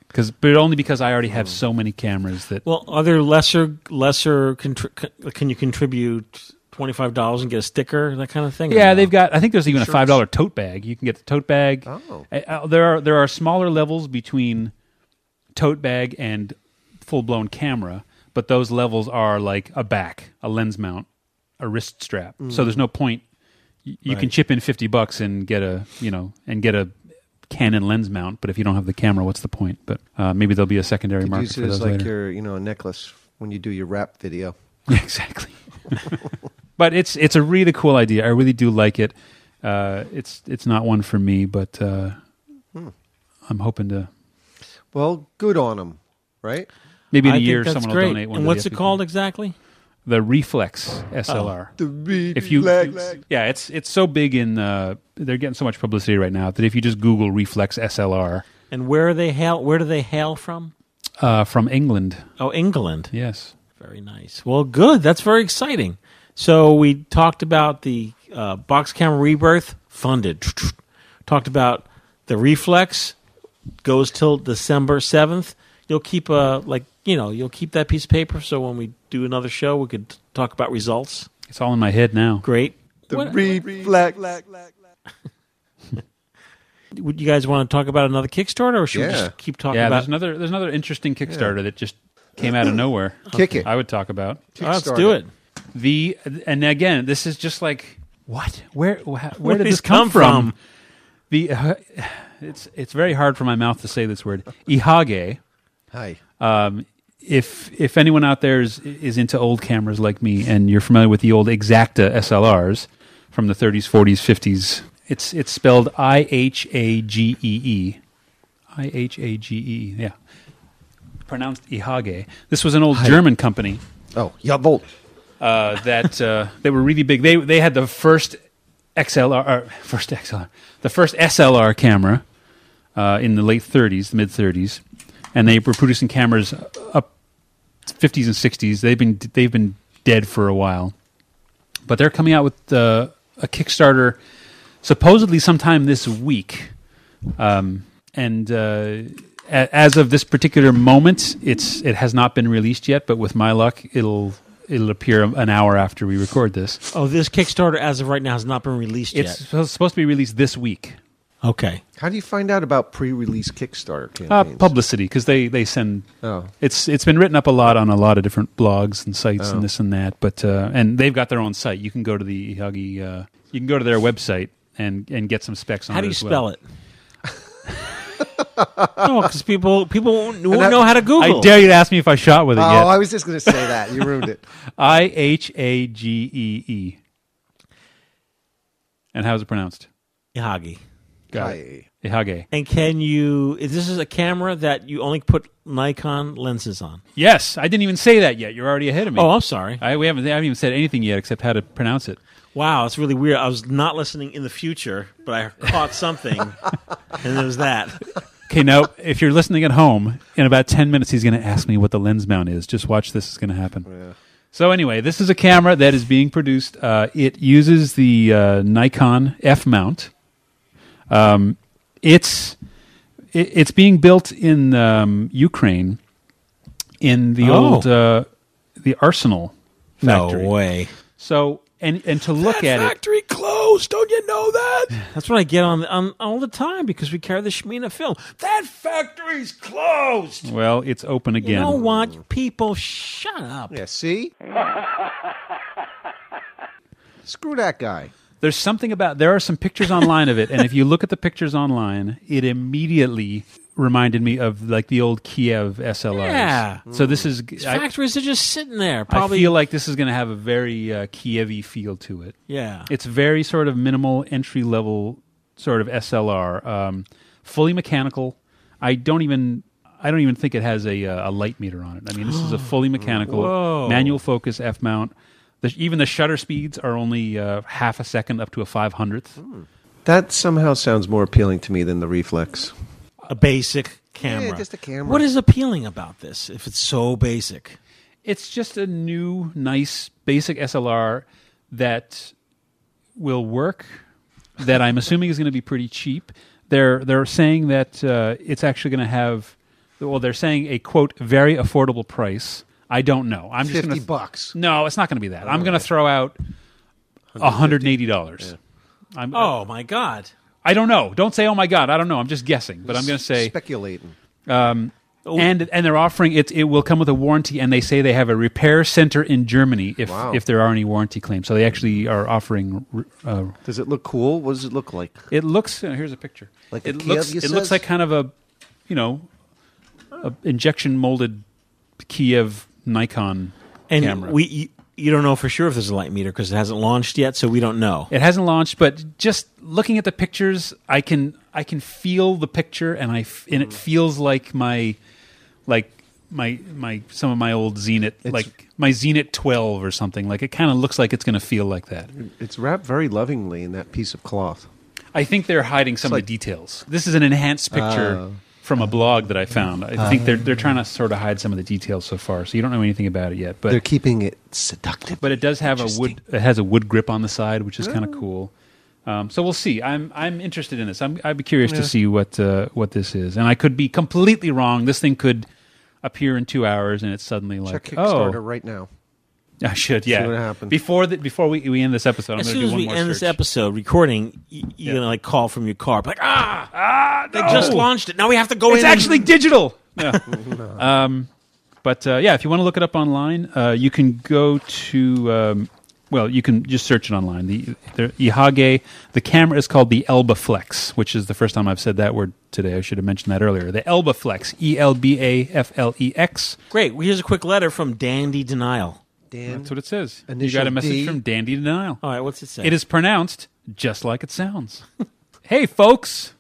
S3: because but only because I already have so many cameras that
S1: Well, are there lesser lesser? Contri- c- can you contribute twenty five dollars and get a sticker that kind of thing? or
S3: Yeah,
S1: no?
S3: they've got. I think there's even a
S5: Shirts.
S3: five dollar tote bag. You can get the tote bag.
S5: Oh.
S3: Uh, uh, there are there are smaller levels between tote bag and full blown camera, but those levels are like a back, a lens mount, a wrist strap.
S5: Mm.
S3: So there's no point. You, you can chip in fifty bucks and get a you know and get a Canon lens mount, but if you don't have the camera, what's the point? But uh, maybe there'll be a secondary
S5: Could
S3: market
S5: use
S3: for
S5: it as
S3: those
S5: like
S3: later.
S5: your, you know, necklace when you do your rap video.
S3: [laughs] exactly. but it's it's a really cool idea. I really do like it. Uh, it's it's not one for me, but uh,
S5: Hmm.
S3: I'm hoping to
S5: Well, good on them, right?
S3: maybe in
S1: I
S3: a
S1: think
S3: year
S1: that's
S3: someone
S1: great.
S3: will donate one.
S1: And
S3: to the
S1: what's it
S3: FPP.
S1: called exactly?
S3: The Reflex SLR.
S5: Oh, The beat
S3: if you,
S5: black,
S3: you-
S5: black.
S3: yeah, it's it's so big in uh, they're getting so much publicity right now that if you just Google Reflex SLR
S1: And where are they hail? Where do they hail from?
S3: uh, from England,
S1: Oh, England.
S3: yes,
S1: Very nice. Well, good. That's very exciting. So we talked about the uh, box camera rebirth funded. Talked about the reflex goes till December seventh. You'll keep a like you know you'll keep that piece of paper so when we do another show we could talk about results.
S3: it's all in my head now.
S1: Great.
S5: The
S1: What-
S5: reflex.
S1: Would you guys want to talk about another Kickstarter or should we
S5: Yeah.
S1: just keep talking
S3: yeah,
S1: about?
S3: there's another there's another interesting Kickstarter that just came out of nowhere.
S5: Kick it.
S3: I would talk about
S1: Oh, let's do it.
S3: the and again this is just like what where wh- where,
S1: Where
S3: did
S1: did this
S3: this
S1: come
S3: come from?
S1: from?
S3: The uh, it's it's very hard for my mouth to say this word ihage.
S5: Hi.
S3: Um, if if anyone out there is is into old cameras like me and you're familiar with the old Exacta SLRs from the 30s, 40s, 50s, it's it's spelled I H A G E E, I H A G E E. Yeah, pronounced ihage. This was an old German company
S5: Oh, jawohl.
S3: uh, that uh, they were really big. They they had the first XLR, or uh, first XLR, the first SLR camera uh, in the late 30s, the mid 30s, and they were producing cameras up 50s and 60s. They've been they've been dead for a while, but they're coming out with uh, a Kickstarter supposedly sometime this week, um, and. Uh, a- as of this particular moment, it's it has not been released yet. But with my luck, it'll it'll appear an hour after we record this.
S1: Oh, this Kickstarter as of right now has not been released
S3: It's supposed- supposed to be released this week.
S1: yet. Okay.
S5: How do you find out about pre-release Kickstarter
S3: Uh,
S5: campaigns?
S3: publicity because they they send.
S5: Oh.
S3: It's it's been written up a lot on a lot of different blogs and sites
S1: Oh.
S3: and this and that. But uh, and they've got their own site. You can go to the Ihagi. Uh, you can go to their website and and get some specs on.
S1: How
S3: it
S1: do you
S3: Oh, as well.
S1: spell it? [laughs] no, because people people won't, won't
S5: that-
S1: know how to Google.
S3: I dare you to ask me if I shot with it
S5: Oh, I
S3: yet.
S5: was just going to say that. You ruined it.
S3: I H A G E E. And how is it pronounced?
S1: Ihagi.
S3: Got it.
S5: Hi.
S3: Ihage.
S1: And can you? Is this is a camera that you only put Nikon lenses on?
S3: Yes, I didn't even say that yet. You're already ahead of me.
S1: Oh, I'm sorry.
S3: I, we haven't, I haven't even said anything yet except how to pronounce it.
S1: Wow, it's really weird. I was not listening in the future, but I caught
S3: [laughs]
S1: something, and it was that.
S3: Okay, now if you're listening at home, in about ten minutes he's going to ask me what the lens mount is. Just watch this; it's going to happen.
S1: Oh,
S3: So anyway, this is a camera that is being produced. Uh, it uses the uh, Nikon F mount. Um, it's it, it's being built in um, Ukraine in the
S1: Oh.
S3: old uh, the Arsenal factory.
S1: No way.
S3: So and and to look at it,
S1: factory closed. Don't you know that? That's what I get on, on all the time because we carry the Shemina film. That factory's closed.
S3: Well, it's open again.
S1: You know what? People, shut up.
S5: Yeah, see? Screw that guy.
S3: There's something about there are some pictures online of it, and if you look at the pictures online, it immediately reminded me of like the old Kiev SLRs.
S1: Yeah.
S3: So this is I,
S1: Factories are just sitting there.
S3: I
S1: Probably.
S3: feel like this is going to have a very uh, Kiev feel to it.
S1: yeah.
S3: It's very sort of minimal entry level sort of SLR, um, fully mechanical. I don't even I don't even think it has a uh, a light meter on it. I mean,
S1: [gasps]
S3: this is a fully mechanical
S1: Whoa.
S3: manual focus F mount. The, even the shutter speeds are only uh, half a second up to a five hundredth.
S5: That somehow sounds more appealing to me than the reflex.
S1: a basic camera.
S5: just a camera.
S1: What is appealing about this if it's so basic?
S3: It's just a new, nice, basic SLR that will work. That I'm assuming is going to be pretty cheap. They're they're saying that uh, it's actually going to have. Well, they're saying a quote very affordable price. I don't know. I'm just
S5: 50
S3: going to
S5: bucks.
S3: No, it's not going to be that. I'm going to throw out 180 dollars. I'm
S1: Oh my god.
S3: I don't know. Don't say oh my god. I don't know. I'm just guessing. But I'm going to say
S5: Speculating.
S3: And and they're offering it. It will come with a warranty, and they say they have a repair center in Germany if
S11: Wow.
S3: if there are any warranty claims. So they actually are offering. Uh,
S11: Does it look cool? What does it look like?
S3: It looks. Uh, here's a picture.
S11: Like a
S3: it
S11: Kiev,
S3: looks.
S11: you
S3: It looks
S11: says?
S3: like kind of a, you know, a injection molded Kiev Nikon
S1: and
S3: camera.
S1: we you, you don't know for sure if there's a light meter because it hasn't launched yet, so we don't know.
S3: It hasn't launched, but just looking at the pictures, I can I can feel the picture, and I f- and it feels like my like my my some of my old Zenit like my Zenit twelve or something. Like it kind of looks like it's going to feel like that.
S11: It's wrapped very lovingly in that piece of cloth.
S3: I think they're hiding some of the details. This is an enhanced picture.
S11: Oh.
S3: from a blog that I found, I think
S11: Oh.
S3: they're they're trying to sort of hide some of the details so far, so you don't know anything about it yet. But
S11: They're keeping it seductive.
S3: But it does have a wood. It has a wood grip on the side, which is
S1: Oh.
S3: kind of cool. Um, so we'll see. I'm I'm interested in this. I'm I'd be curious
S11: Yeah.
S3: to see what uh, what this is, and I could be completely wrong. This thing could appear in two hours, and it's suddenly like
S11: Check
S3: oh.
S11: Kickstarter right now.
S3: [laughs] I should,
S11: See
S3: yeah.
S11: what happens.
S3: Before the, before we, we end this episode, I'm
S1: as
S3: going
S1: soon
S3: to do
S1: as
S3: one
S1: we
S3: more
S1: end
S3: search.
S1: this episode recording, y- you're gonna like call from your car, like ah
S3: ah,
S1: they just
S3: no.
S1: launched it. Now we have to go.
S3: It's
S1: in and-
S3: actually digital. Yeah. [laughs] um, but uh, yeah, if you want to look it up online, uh, you can go to um, well, you can just search it online. The, the Ihage, the camera is called the Elba Flex, which is the first time I've said that word today. I should have mentioned that earlier. The Elba Flex, E L B A F L E X.
S1: Great. Well, here's a quick letter from Dandy Denial.
S11: Dan,
S3: That's what it says. You
S1: Initial
S3: got a message
S1: D.
S3: from Dandy Denial.
S1: All right, what's it say?
S3: It is pronounced just like it sounds. [laughs] hey, folks.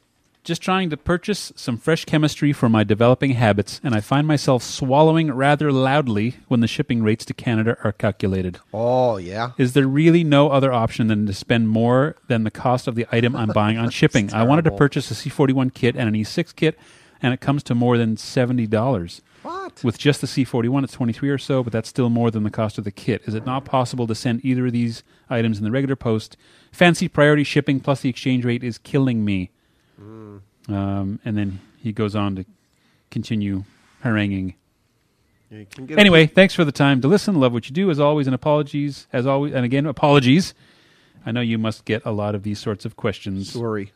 S3: Just trying to purchase some fresh chemistry for my developing habits, and I find myself swallowing rather loudly when the shipping rates to Canada are calculated.
S5: Oh, yeah.
S3: Is there really no other option than to spend more than the cost of the item I'm buying on shipping? I wanted to
S11: terrible.
S3: purchase a C41 kit and an E6 kit, and it comes to more than $70. What? With just the C41, it's 23 or so, but that's still more than the cost of the kit. Is it not possible to send either of these items in the regular post? Fancy priority shipping plus the exchange rate is killing me. Um, and then he goes on to continue haranguing.
S11: You can get a-
S3: Anyway, thanks for the time to listen. Love what you do, as always, and apologies, as always, and again, apologies. I know you must get a lot of these sorts of questions.
S11: Sorry,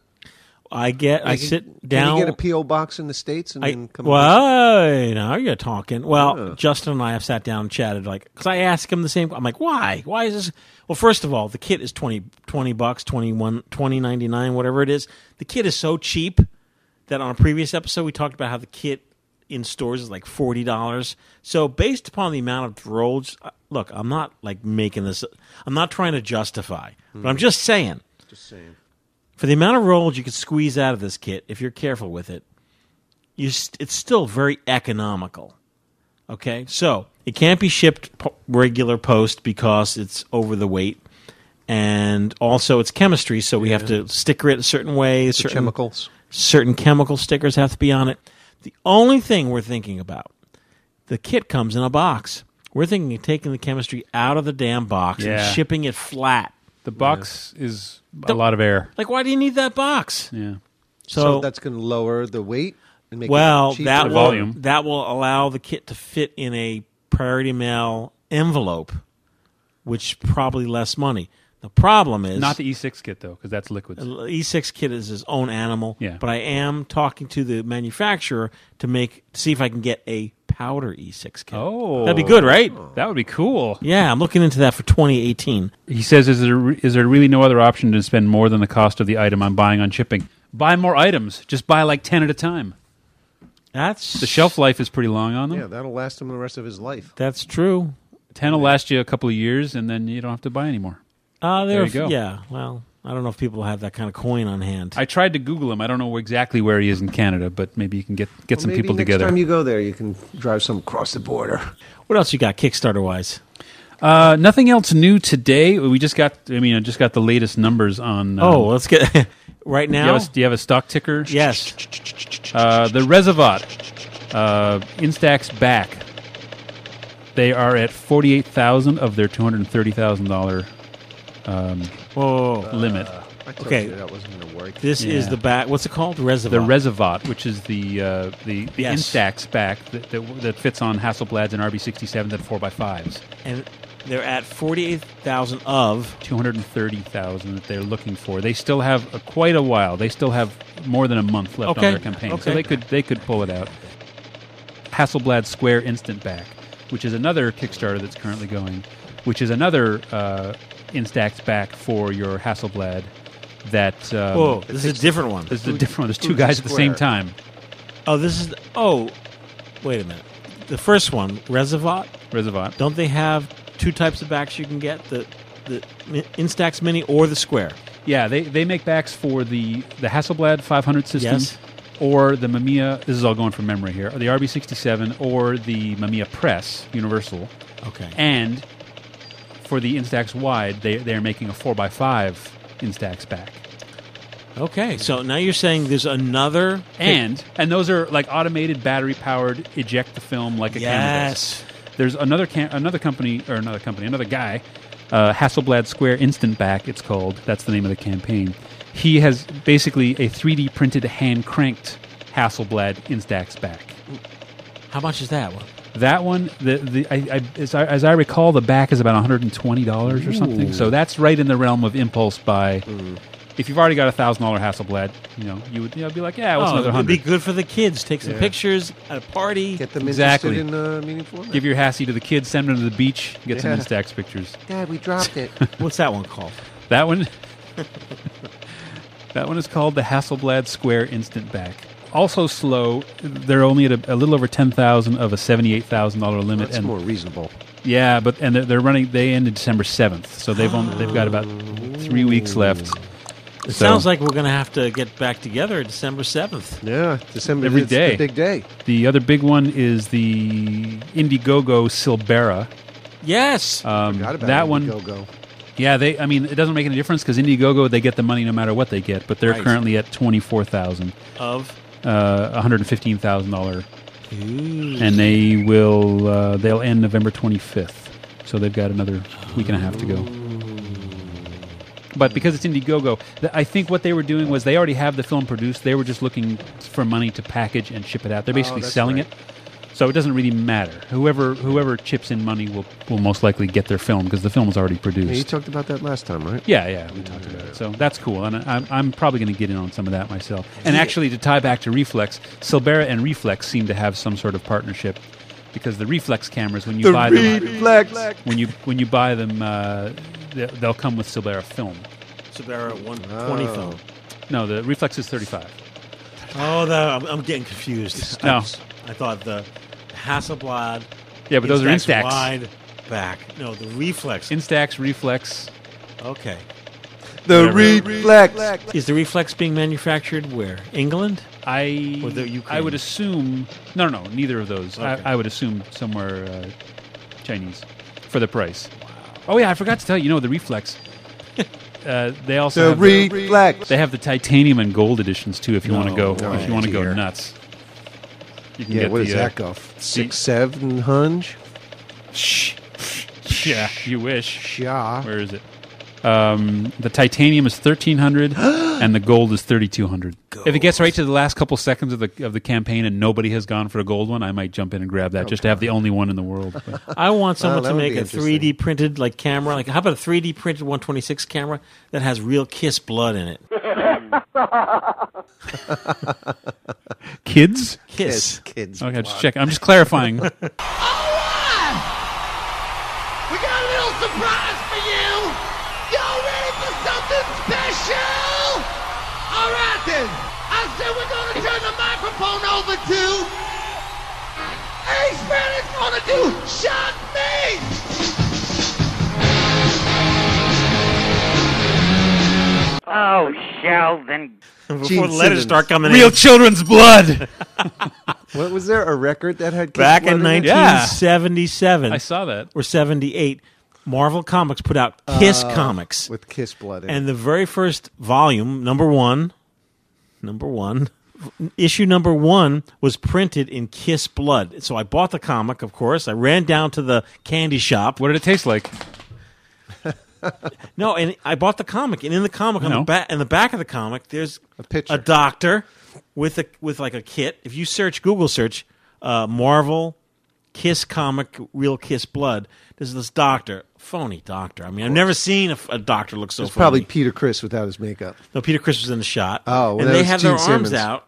S1: I get. I
S11: Like,
S1: sit
S11: Can
S1: down.
S11: you get a PO box in the states and
S1: I-
S11: then come?
S1: well, now you're talking. Well, Justin and I have sat down and chatted, like, because I asked him the same. I'm like, why? Why is this? Well, first of all, the kit is 20, 20 bucks, 21, 20, 99, whatever it is. The kit is so cheap that on a previous episode, we talked about how the kit in stores is like $40. So, based upon the amount of rolls, uh, look, I'm not like making this, I'm not trying to justify, but I'm just saying
S11: Hmm. Just saying.
S1: for the amount of rolls you could squeeze out of this kit if you're careful with it you st- it's still very economical okay so it can't be shipped po- regular post because it's over the weight and also it's chemistry so we have to sticker it a certain way certain
S11: chemicals.
S1: certain chemical stickers have to be on it the only thing we're thinking about the kit comes in a box we're thinking of taking the chemistry out of the damn box
S3: Yeah.
S1: and shipping it flat
S3: the box is a lot of air.
S1: like why do you need that box
S3: yeah
S11: So,
S1: so,
S11: that's going to lower the weight and make
S1: well,
S11: it cheaper.
S1: that will, that will allow the kit to fit in a priority mail envelope, which probably less money. The problem is E
S3: Not the E6 kit though, because that's liquids.
S1: E6 kit is his own animal.
S3: Yeah.
S1: But I am talking to the manufacturer to make to see if I can get a powder E6 kit.
S3: Oh,
S1: That'd be good, right?
S3: That would be cool.
S1: Yeah, I'm looking into that for 2018.
S3: He says, "Is there is there really no other option to spend more than the cost of the item I'm buying on shipping? Buy more items. Just buy like ten at a time.
S1: That's
S3: The shelf life is pretty long on them.
S11: yeah, that'll last him the rest of his life.
S1: That's true.
S3: Ten will last you a couple of years, and then you don't have to buy anymore.
S1: Uh, there,
S3: There
S1: are
S3: you go.
S1: f- Yeah. Well, I don't know if people have that kind of coin on hand.
S3: I tried to Google him. I don't know exactly where he is in Canada, but maybe you can get get
S11: Well,
S3: some
S11: maybe
S3: people
S11: next
S3: together.
S11: time you go there, you can drive some across the border.
S1: What else you got Kickstarter wise?
S3: Uh, nothing else new today. We just got. I mean, I just got the latest numbers on. um,
S1: Oh, let's get [laughs] right
S3: Do you,
S1: now.
S3: have a, do you have a stock ticker?
S1: Yes.
S3: Uh, the Reservat, uh, Instax back. They are at forty-eight thousand of their two hundred thirty thousand thousand
S1: dollar
S3: limit.
S11: I told
S1: Okay.
S11: you that wasn't going to work.
S1: This is
S3: Yeah.
S1: the back. What's it called? Reservoir.
S3: the Reservat, which is the uh, the, the
S1: Yes.
S3: Instax back that, that, that fits on Hasselblads and RB sixty sevens and four x fives.
S1: and they're at forty-eight thousand of.
S3: 230,000 that they're looking for. They still have a, quite a while. They still have more than a month left
S1: Okay.
S3: on their campaign. So
S1: Okay.
S3: they could they could pull it out. Hasselblad Square Instant Back, which is another Kickstarter that's currently going, which is another uh, Instax back for your Hasselblad. That um,
S1: Whoa, this is a different one.
S3: This is a different one. There's two guys at the same time.
S1: Oh, this is. Oh, wait a minute. The first one, Reservat.
S3: Reservat.
S1: Don't they have two types of backs you can get? The the Mi- Instax Mini or the Square.
S3: Yeah, they, they make backs for the, the Hasselblad 500 system
S1: Yes.
S3: or the Mamiya, this is all going from memory here, the RB67 or the Mamiya Press Universal.
S1: Okay.
S3: And for the Instax Wide, they, they're making a 4x5 Instax back.
S1: Okay, so now you're saying there's another
S3: And and those are like automated battery powered eject the film like a camera.
S1: Yes.
S3: does. There's another cam- another company or another company, another guy, uh, Hasselblad Square Instant Back it's called. That's the name of the campaign. He has basically a 3D printed hand cranked Hasselblad Instax back.
S1: How much is that one?
S3: That one, the, the I, I, as, I, as I recall, the back is about $120 or something.
S1: Ooh. Mm.
S3: So that's right in the realm of impulse buy. If you've already got a $1,000 Hasselblad, you know, you would you know, be like, yeah, what's
S1: Oh,
S3: another
S1: it would
S3: 100
S1: be good for the kids. Take some
S3: Yeah.
S1: pictures at a party. Get
S11: them
S3: Exactly.
S11: interested in uh, meaningful.
S3: Give your hassie to the kids, send them to the beach, get
S11: Yeah.
S3: some Instax pictures.
S11: Dad, we dropped
S3: [laughs]
S11: it.
S1: What's that one called?
S3: That one [laughs] That one is called the Hasselblad Square Instant Back. Also slow. They're only at a, a little over 10,000 of a $78,000 limit
S11: That's
S3: and
S11: more reasonable.
S3: Yeah, but and they're, they're running they ended December 7th. So they've only, they've got about 3 weeks left.
S1: It
S3: So-
S1: sounds like we're going to have to get back together December 7th.
S11: Yeah, December
S3: every
S11: it's the
S3: day.
S11: big day.
S3: The other big one is the Indiegogo Silbera.
S1: Yes.
S3: Um,
S11: Forgot about
S3: that one.
S11: Indiegogo.
S3: Yeah, they. I mean, it doesn't make any difference because Indiegogo they get the money no matter what they get, but they're
S1: Right.
S3: currently at twenty four thousand
S1: Of?
S3: uh, one hundred fifteen thousand dollar,
S1: Ooh.
S3: and they will uh, they'll end November twenty fifth. So they've got another week and a half to go. But because it's Indiegogo, th- I think what they were doing was they already have the film produced. They were just looking for money to package and ship it out. They're basically
S11: Oh, that's
S3: selling
S11: right.
S3: it, so it doesn't really matter. Whoever whoever chips in money will will most likely get their film because the film is already produced.
S11: Yeah, you talked about that last time, right?
S3: Yeah, yeah, we talked about it. So that's cool, and I- I'm, I'm probably going to get in on some of that myself. And actually, to tie back to Reflex, Silbera and Reflex seem to have some sort of partnership because the Reflex cameras, when you
S11: The
S3: buy them,
S11: Reflex!
S3: when you when you buy them, uh, they- they'll come with Silbera film.
S1: Sabera 120
S11: Oh.
S1: phone.
S3: No, the Reflex is 35.
S1: Oh, the, I'm, I'm getting confused.
S3: No.
S1: I thought the Hasselblad.
S3: Yeah, but those are Instax.
S1: Wide back. No, the reflex.
S3: Instax Reflex.
S1: okay.
S11: The
S3: Whatever.
S11: reflex.
S1: Is the reflex being manufactured where? England?
S3: I
S1: Or the Ukraine.
S3: I would assume no, no, no, neither of those.
S1: Okay.
S3: I, I would assume somewhere uh, Chinese for the price. Oh yeah, I forgot to tell you. You know
S11: [laughs]
S3: the Reflex. uh, they also
S11: The
S3: have
S11: reflex.
S3: They have the titanium and gold editions too. If you want to go,
S11: no,
S3: if you want to go
S11: dear.
S3: nuts, you can
S11: Yeah,
S3: get
S11: what
S3: the,
S11: does
S3: uh,
S11: that go? Six, seven, hunch.
S3: Yeah, you wish.
S11: Sha.
S3: Where is it? Um, the titanium is thirteen
S5: [gasps]
S3: hundred, and the gold is thirty two hundred. If it gets right to the last couple seconds of the of the campaign and nobody has gone for a gold one, I might jump in and grab that just to have the only one in the world. But-
S5: [laughs]
S1: I want someone
S11: Ah, that
S1: to
S11: would
S1: make
S11: be
S1: a
S11: interesting.
S1: 3D printed like camera. Like, how about a 3D printed 126 camera that has real Kiss blood in it?
S3: Kids?
S1: Kiss.
S11: Kids.
S3: Okay, just check. I'm just
S5: [laughs]
S3: clarifying.
S12: We got a little surprise for you! Y'all ready for something special? All right then. I said we're gonna turn the microphone over to Ace Man is gonna do Shock Me!
S13: Oh, Sheldon.
S1: Before
S11: Gene
S1: the letters
S11: Simmons.
S1: start coming
S3: Real
S1: in.
S3: children's
S5: [laughs]
S3: blood.
S11: What was there a record that had kids
S1: Back in
S11: blood it?
S1: 1977.
S3: I saw that.
S1: Or 78. Marvel Comics put out Kiss
S11: Uh,
S1: Comics.
S11: with kiss blood in it.
S1: And the very first volume, number one, number one, issue number one was printed in Kiss Blood. So I bought the comic, of course. I ran down to the candy shop.
S3: What did it taste like?
S1: No, and I bought the comic, and in the comic, on the
S3: No.
S1: back, in the back of the comic, there's a
S11: picture.
S1: doctor with a with like a kit. If you search Google search uh, Marvel Kiss comic, real Kiss blood, there's this doctor, phony doctor. I mean, I've never seen a, a doctor look so.
S11: It's
S1: phony.
S11: probably Peter Chris without his makeup.
S1: No, Peter Chris was in the shot.
S11: Oh, well,
S1: and
S11: that
S1: they
S11: was
S1: have
S11: Gene
S1: their arms
S11: Simmons.
S1: out,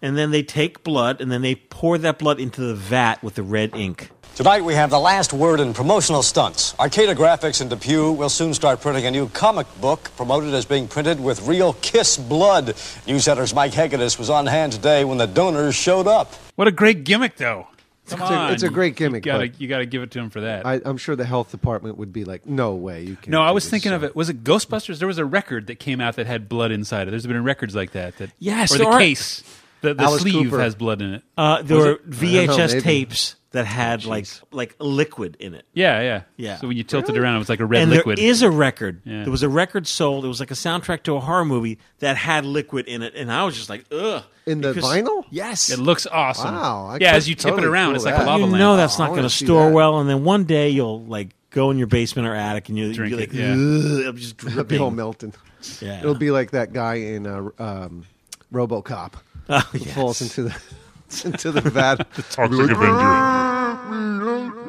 S1: and then they take blood and then they pour that blood into the vat with the red ink.
S14: Tonight we have the last word in promotional stunts. Arcata Graphics in Depew will soon start printing a new comic book promoted as being printed with real kiss blood. Newsletters Mike Hegedus was on hand today when the donors showed up.
S3: What a great gimmick, though. Come
S5: it's,
S3: on.
S5: A, it's a great
S3: You
S5: gimmick.
S3: gotta, you gotta give it to him for that.
S5: but I, I'm sure the health department would be like, "No way, you can't."
S3: no, I
S5: do
S3: was
S5: this."
S3: thinking of it. Was it Ghostbusters? There was a record that came out that had blood inside it. There's been records like that. that
S1: Yes,
S3: or
S1: there
S3: the
S1: are.
S3: case. The, the
S1: Alice
S3: sleeve
S1: Cooper.
S3: has blood in it.
S1: Uh, there
S3: Was
S1: were
S3: it?
S1: VHS tapes that had
S11: Oh,
S1: like like liquid in it.
S3: Yeah, yeah,
S1: Yeah.
S3: So when you tilted it around, it was like a red
S1: and
S3: liquid.
S1: There is a record.
S3: Yeah.
S1: There was a record sold. It was like a soundtrack to a horror movie that had liquid in it, and I was just like, ugh.
S5: In the vinyl?
S1: Yes.
S3: It looks awesome.
S5: Wow, I
S3: yeah, as
S5: could
S3: you tip it
S5: totally
S3: around,
S5: do
S3: it's like a
S5: that.
S3: lava
S1: you
S3: lamp.
S1: know that's not
S5: I
S1: going to
S5: wanna see
S1: store
S5: that.
S1: well, and then one day you'll like go in your basement or attic and you, you'll
S3: Drink
S1: be
S3: it,
S1: like,
S3: yeah.
S1: ugh, it'll be just
S5: It'll be
S1: dripping.
S5: all melting.
S1: Yeah.
S5: It'll be like that guy in uh, um, RoboCop
S1: Oh,
S5: who
S1: yes.
S5: falls into the [laughs] into the vat.
S2: The Toxic Avenger.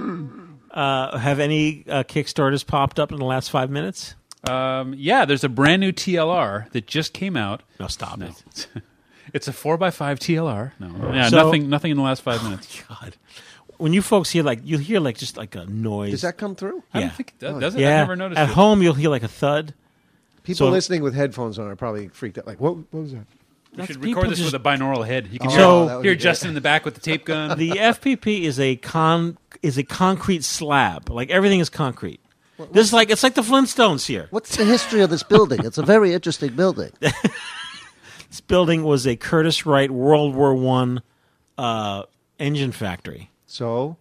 S1: Uh, have any uh, Kickstarters popped up in the last five minutes?
S3: Um, yeah, there's a brand new TLR that just came out.
S1: No, stop Oh,
S3: it. [laughs] it's a four x five TLR. No, yeah,
S1: So- Oh,
S3: nothing, nothing in the last five minutes.
S1: God, when you folks hear like you hear like just like a noise.
S5: Does that come through?
S1: Yeah.
S3: I don't think it does. does it?
S1: Oh, Yeah.
S3: I never noticed.
S1: At
S3: it.
S1: home, you'll hear like a thud.
S5: People
S1: So-
S5: listening with headphones on are probably freaked out. Like, what? What was that?
S3: we should
S1: That's
S3: record
S1: people
S3: this
S1: just-
S3: with a binaural head. You can
S1: Oh,
S3: hear,
S1: So- that would
S3: hear
S1: be
S3: Justin in the back with the
S1: [laughs]
S3: tape gun.
S1: the FPP is a con is a concrete slab. Like everything is concrete. This is like it's like the Flintstones here.
S15: What's the history of this building? It's a very interesting
S3: [laughs]
S15: building.
S1: This building was a Curtis Wright World War One uh, engine factory.
S5: So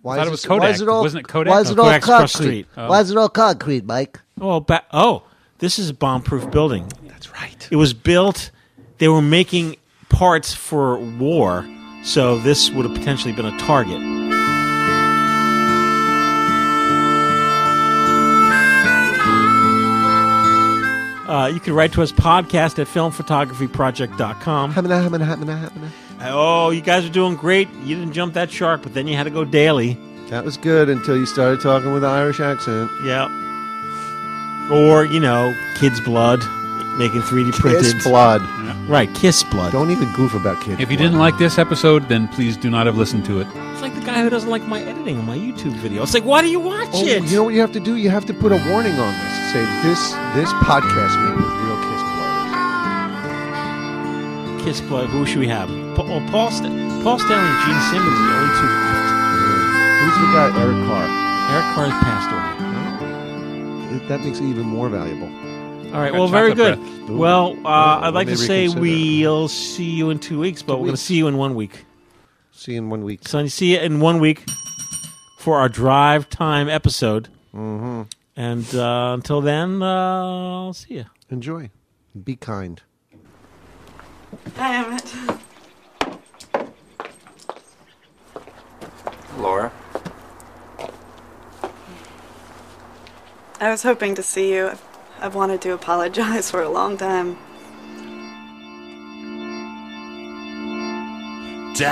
S5: why
S3: thought
S5: is
S3: it was
S5: this- why is
S3: Kodak.
S5: it all?
S3: Wasn't it Kodak?
S15: Why is
S1: No,
S15: it all
S1: Kodak's across the
S15: concrete?
S1: street. Oh.
S15: Why is it all concrete, Mike?
S1: Well, ba- oh, this is a bomb-proof building. That's right. It was built. They were making parts for war, so this would have potentially been a target. Uh, you can write to us podcast at filmphotographyproject.com.
S5: Hamina, hamina, hamina, hamina.
S1: Oh, you guys are doing great. You didn't jump that shark, but then you had to go daily.
S5: That was good until you started talking with an Irish accent.
S1: Yeah. Or, you know, kids' blood, making 3D printed.
S5: Kiss blood.
S1: Right, kiss blood.
S5: Don't even goof about kids.
S3: if you didn't like this episode, then please do not have listened to it.
S1: It's like the guy who doesn't like my editing on my YouTube video. It's like, why do you watch
S5: Oh,
S1: it?
S5: you know what you have to do? You have to put a warning on this. Say this this podcast made with real kiss blood.
S1: Kiss blood. Who should we have? Pa- oh, Paul, St- Paul Stanley and Gene Simmons are the only two left.
S5: Who's the guy? Eric Carr.
S1: Eric Carr's passed away.
S5: It- That makes it even more valuable.
S1: All right.
S3: Got
S1: Well, very good.
S3: chocolate
S5: breath. Ooh.
S1: Well, uh, I'd
S5: let
S1: like
S5: me
S1: to say
S5: reconsider.
S1: we'll see you in two weeks, but
S5: Two
S1: we're going to
S5: weeks.
S1: see you in one week.
S5: See you in one week.
S1: So you see you in one week for our drive time episode.
S5: Mhm.
S1: And uh, until then, uh, I'll see you.
S5: Enjoy. Be kind.
S16: Damn it.
S17: Laura?
S16: I was hoping to see you. I've- I've wanted to apologize [laughs] for a long time.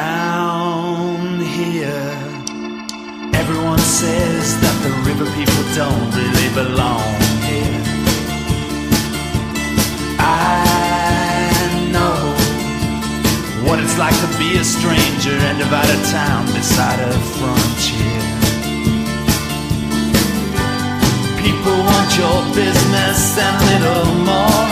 S10: Down here, everyone says that the river people don't really belong here. I know what it's like to be a stranger and divide a town beside a frontier. People want your business and little more.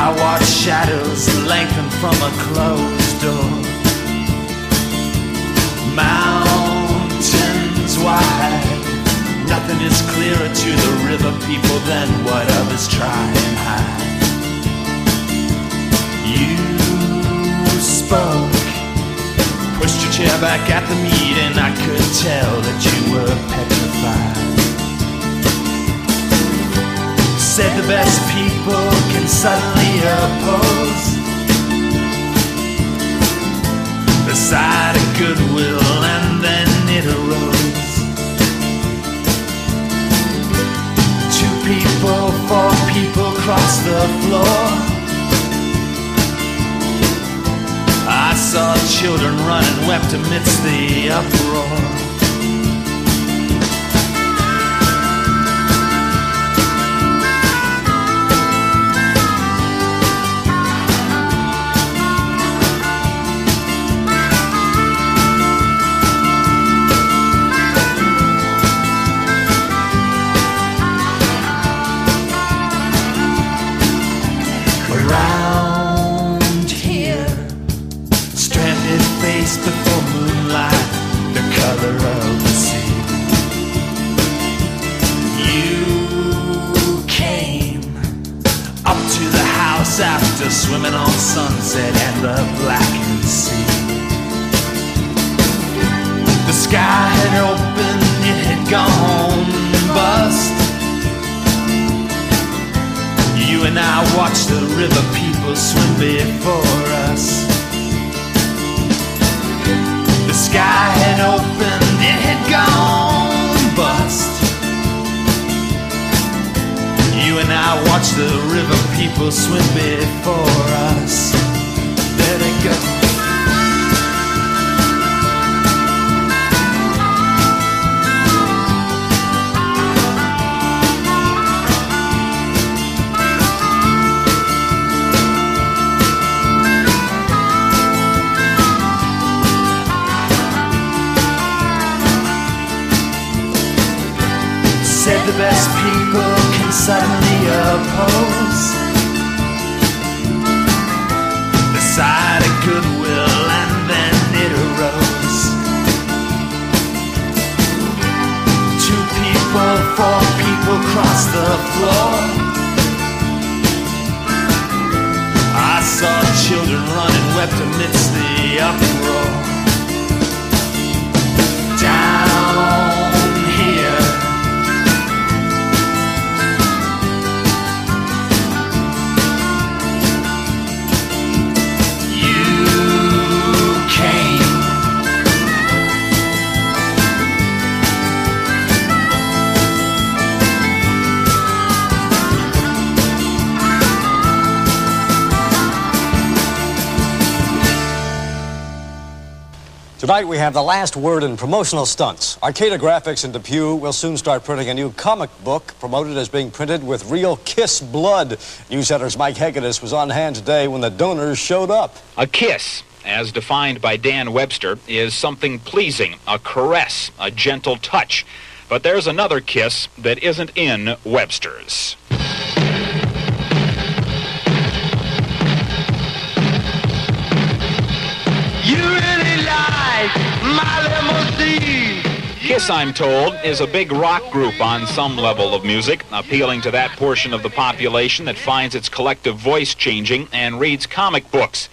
S10: I watch shadows lengthen from a closed door. Mountains wide, nothing is clearer to the river people than what others try and hide. You spoke, pushed your chair back at the meeting. I could tell that you were petrified. Said the best people can suddenly oppose the side of goodwill, and then it arose. Two people, four people cross the floor. I saw children run and wept amidst the uproar.
S18: after swimming on sunset and the blackened sea. The sky had opened, it had gone bust. You and I watched the river people swim before us. The sky had opened, it had gone bust. You and I watched the river people swim before us. There they go. Said the best people can suddenly oppose the side of goodwill, and then it arose. Two people, four people crossed the floor. I saw children run and wept amidst the uproar. Down here. came.
S19: Tonight we have the last word in promotional stunts. Arcada Graphics in Depew will soon start printing a new comic book promoted as being printed with real kiss blood. Newsletters Mike Hegedus was on hand today when the donors showed up.
S14: A kiss, as defined by Dan Webster, is something pleasing, a caress, a gentle touch. But there's another kiss that isn't in Webster's.
S12: You really like my limousine.
S14: Kiss, I'm told, is a big rock group on some level of music, appealing to that portion of the population that finds its collective voice changing and reads comic books.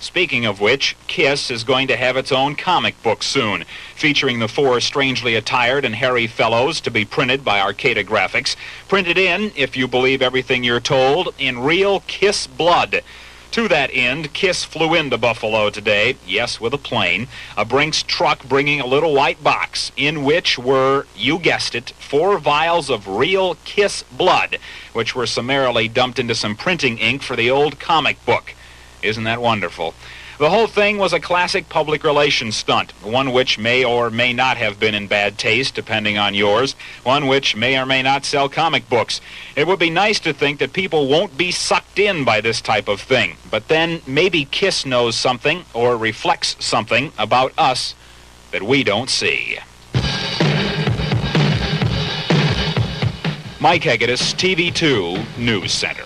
S14: Speaking of which, Kiss is going to have its own comic book soon, featuring the four strangely attired and hairy fellows to be printed by Arcada Graphics. Printed in, if you believe everything you're told, in real Kiss blood. To that end, Kiss flew into Buffalo today, yes, with a plane, a Brinks truck bringing a little white box in which were, you guessed it, four vials of real Kiss blood, which were summarily dumped into some printing ink for the old comic book. Isn't that wonderful? The whole thing was a classic public relations stunt, one which may or may not have been in bad taste, depending on yours, one which may or may not sell comic books. It would be nice to think that people won't be sucked in by this type of thing, but then maybe Kiss knows something or reflects something about us that we don't see. Mike Hegedus, TV2 News Center.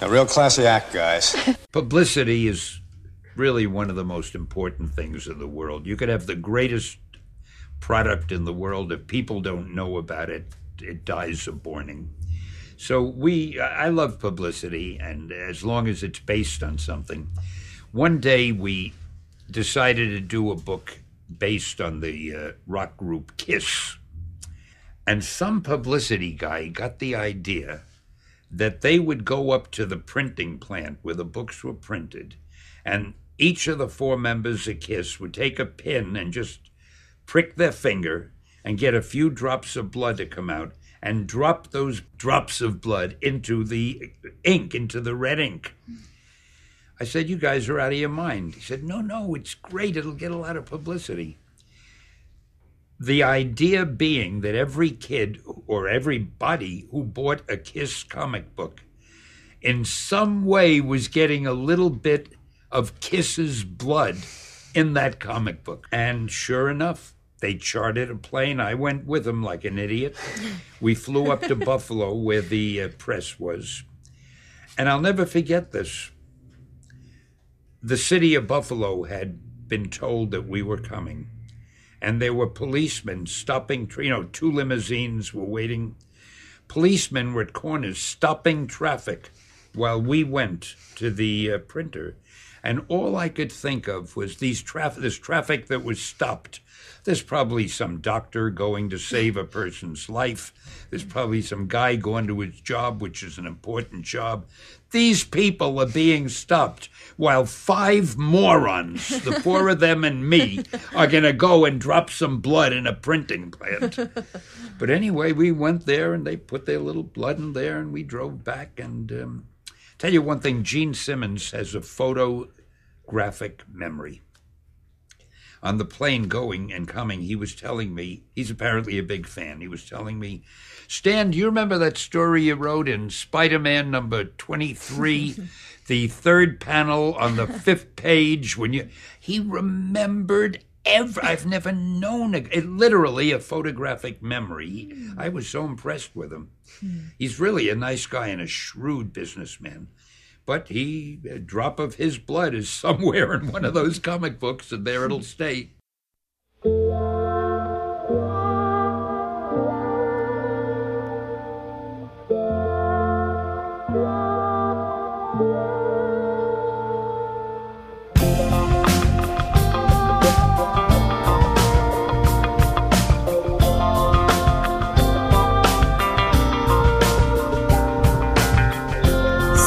S19: A real classy act, guys.
S20: Publicity is really one of the most important things in the world. You could have the greatest product in the world if people don't know about it, it dies of boring. So we, I I love publicity, and as long as it's based on something. One day we decided to do a book based on the uh, rock group Kiss, and some publicity guy got the idea that they would go up to the printing plant where the books were printed, and each of the four members of Kiss would take a pin and just prick their finger and get a few drops of blood to come out and drop those drops of blood into the ink, into the red ink. I said, You guys are out of your mind. He said, No, no, it's great. It'll get a lot of publicity. The idea being that every kid or everybody who bought a Kiss comic book in some way was getting a little bit of Kiss's blood in that comic book. And sure enough, they chartered a plane. I went with them like an idiot. We flew up to Buffalo where the uh, press was. And I'll never forget this. The city of Buffalo had been told that we were coming and there were policemen stopping, you know, two limousines were waiting. Policemen were at corners stopping traffic while we went to the uh, printer, and all I could think of was these traffic, this traffic that was stopped. There's probably some doctor going to save a person's life. There's probably some guy going to his job, which is an important job. These people are being stopped while five morons, the four of them and me, are going to go and drop some blood in a printing plant. But anyway, we went there and they put their little blood in there and we drove back. And um, tell you one thing Gene Simmons has a photographic memory. On the plane going and coming, he was telling me, he's apparently a big fan. He was telling me, Stan, do you remember that story you wrote in Spider Man number 23? the third
S3: [laughs]
S20: panel on the fifth page when you he remembered ever i've never known a, it literally a photographic memory i was so impressed with him he's really a nice guy and a shrewd businessman but he a drop of his blood is [laughs] somewhere in one of those comic books and there it'll stay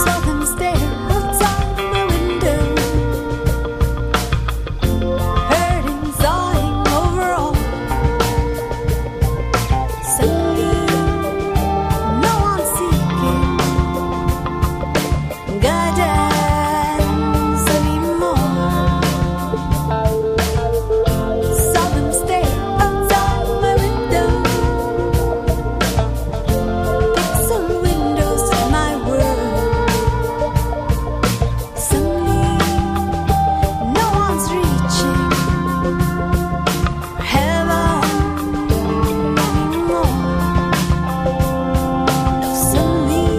S15: Southern stare outside my window. Hurting, sighing over all. Suddenly, no one seeking guidance anymore. Southern stare outside my window. Pixel windows in my world. Suddenly, no one's reaching heaven anymore. No, suddenly,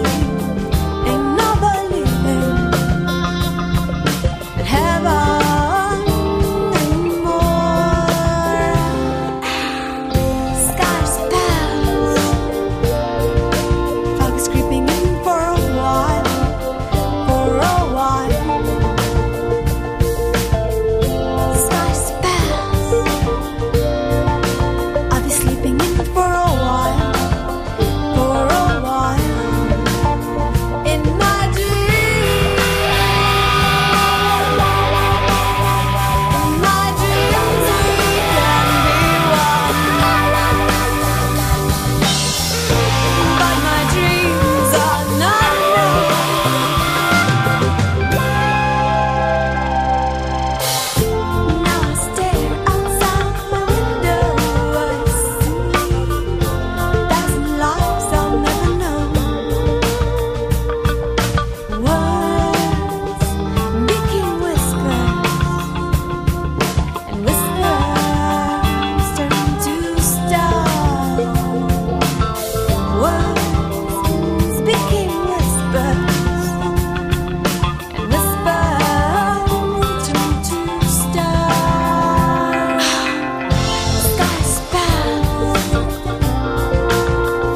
S15: ain't no believing in heaven anymore. Scars pass, fog is creeping in for a while for a while. Stars pass. I'll be sleeping in for a while, for a while. In my dream, in my dreams we can be one. But my dreams are not real. Now I stare outside my window. I see thousand lives I'll never know. Words became whispers, and whispers turn to stars. Words became whispers, and whispers turn to stars. Stars pass.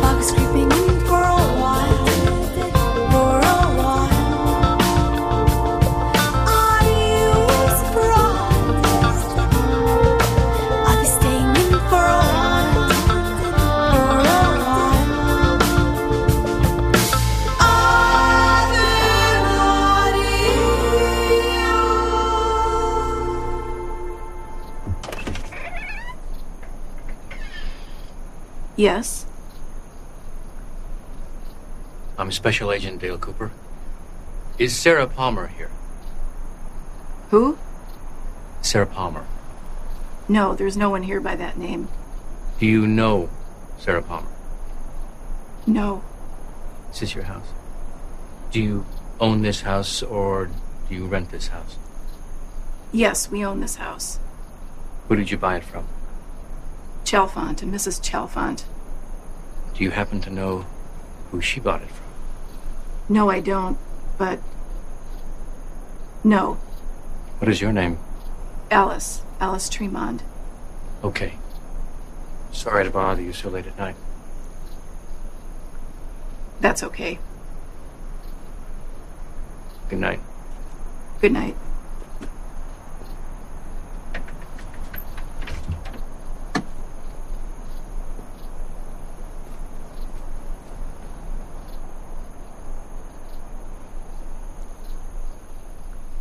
S15: Fog is creeping in for a while, for a while. Are you surprised? I'll be staying in for a while, for a while. Are there not you?
S14: Yes.
S10: I'm Special Agent Dale Cooper. Is Sarah Palmer here?
S14: Who?
S10: Sarah Palmer.
S14: No, there's no one here by that name.
S10: Do you know Sarah Palmer?
S14: No.
S10: Is this your house? Do you own this house or do you rent this house?
S14: Yes, we own this house.
S10: Who did you buy it from?
S14: Chalfont and Mrs. Chalfont.
S10: Do you happen to know who she bought it from?
S14: No, I don't, but. No,
S10: What is your name?
S14: Alice. Alice Tremond.
S10: Okay. Sorry to bother you so late at night.
S14: That's okay.
S21: Good night.
S14: Good night.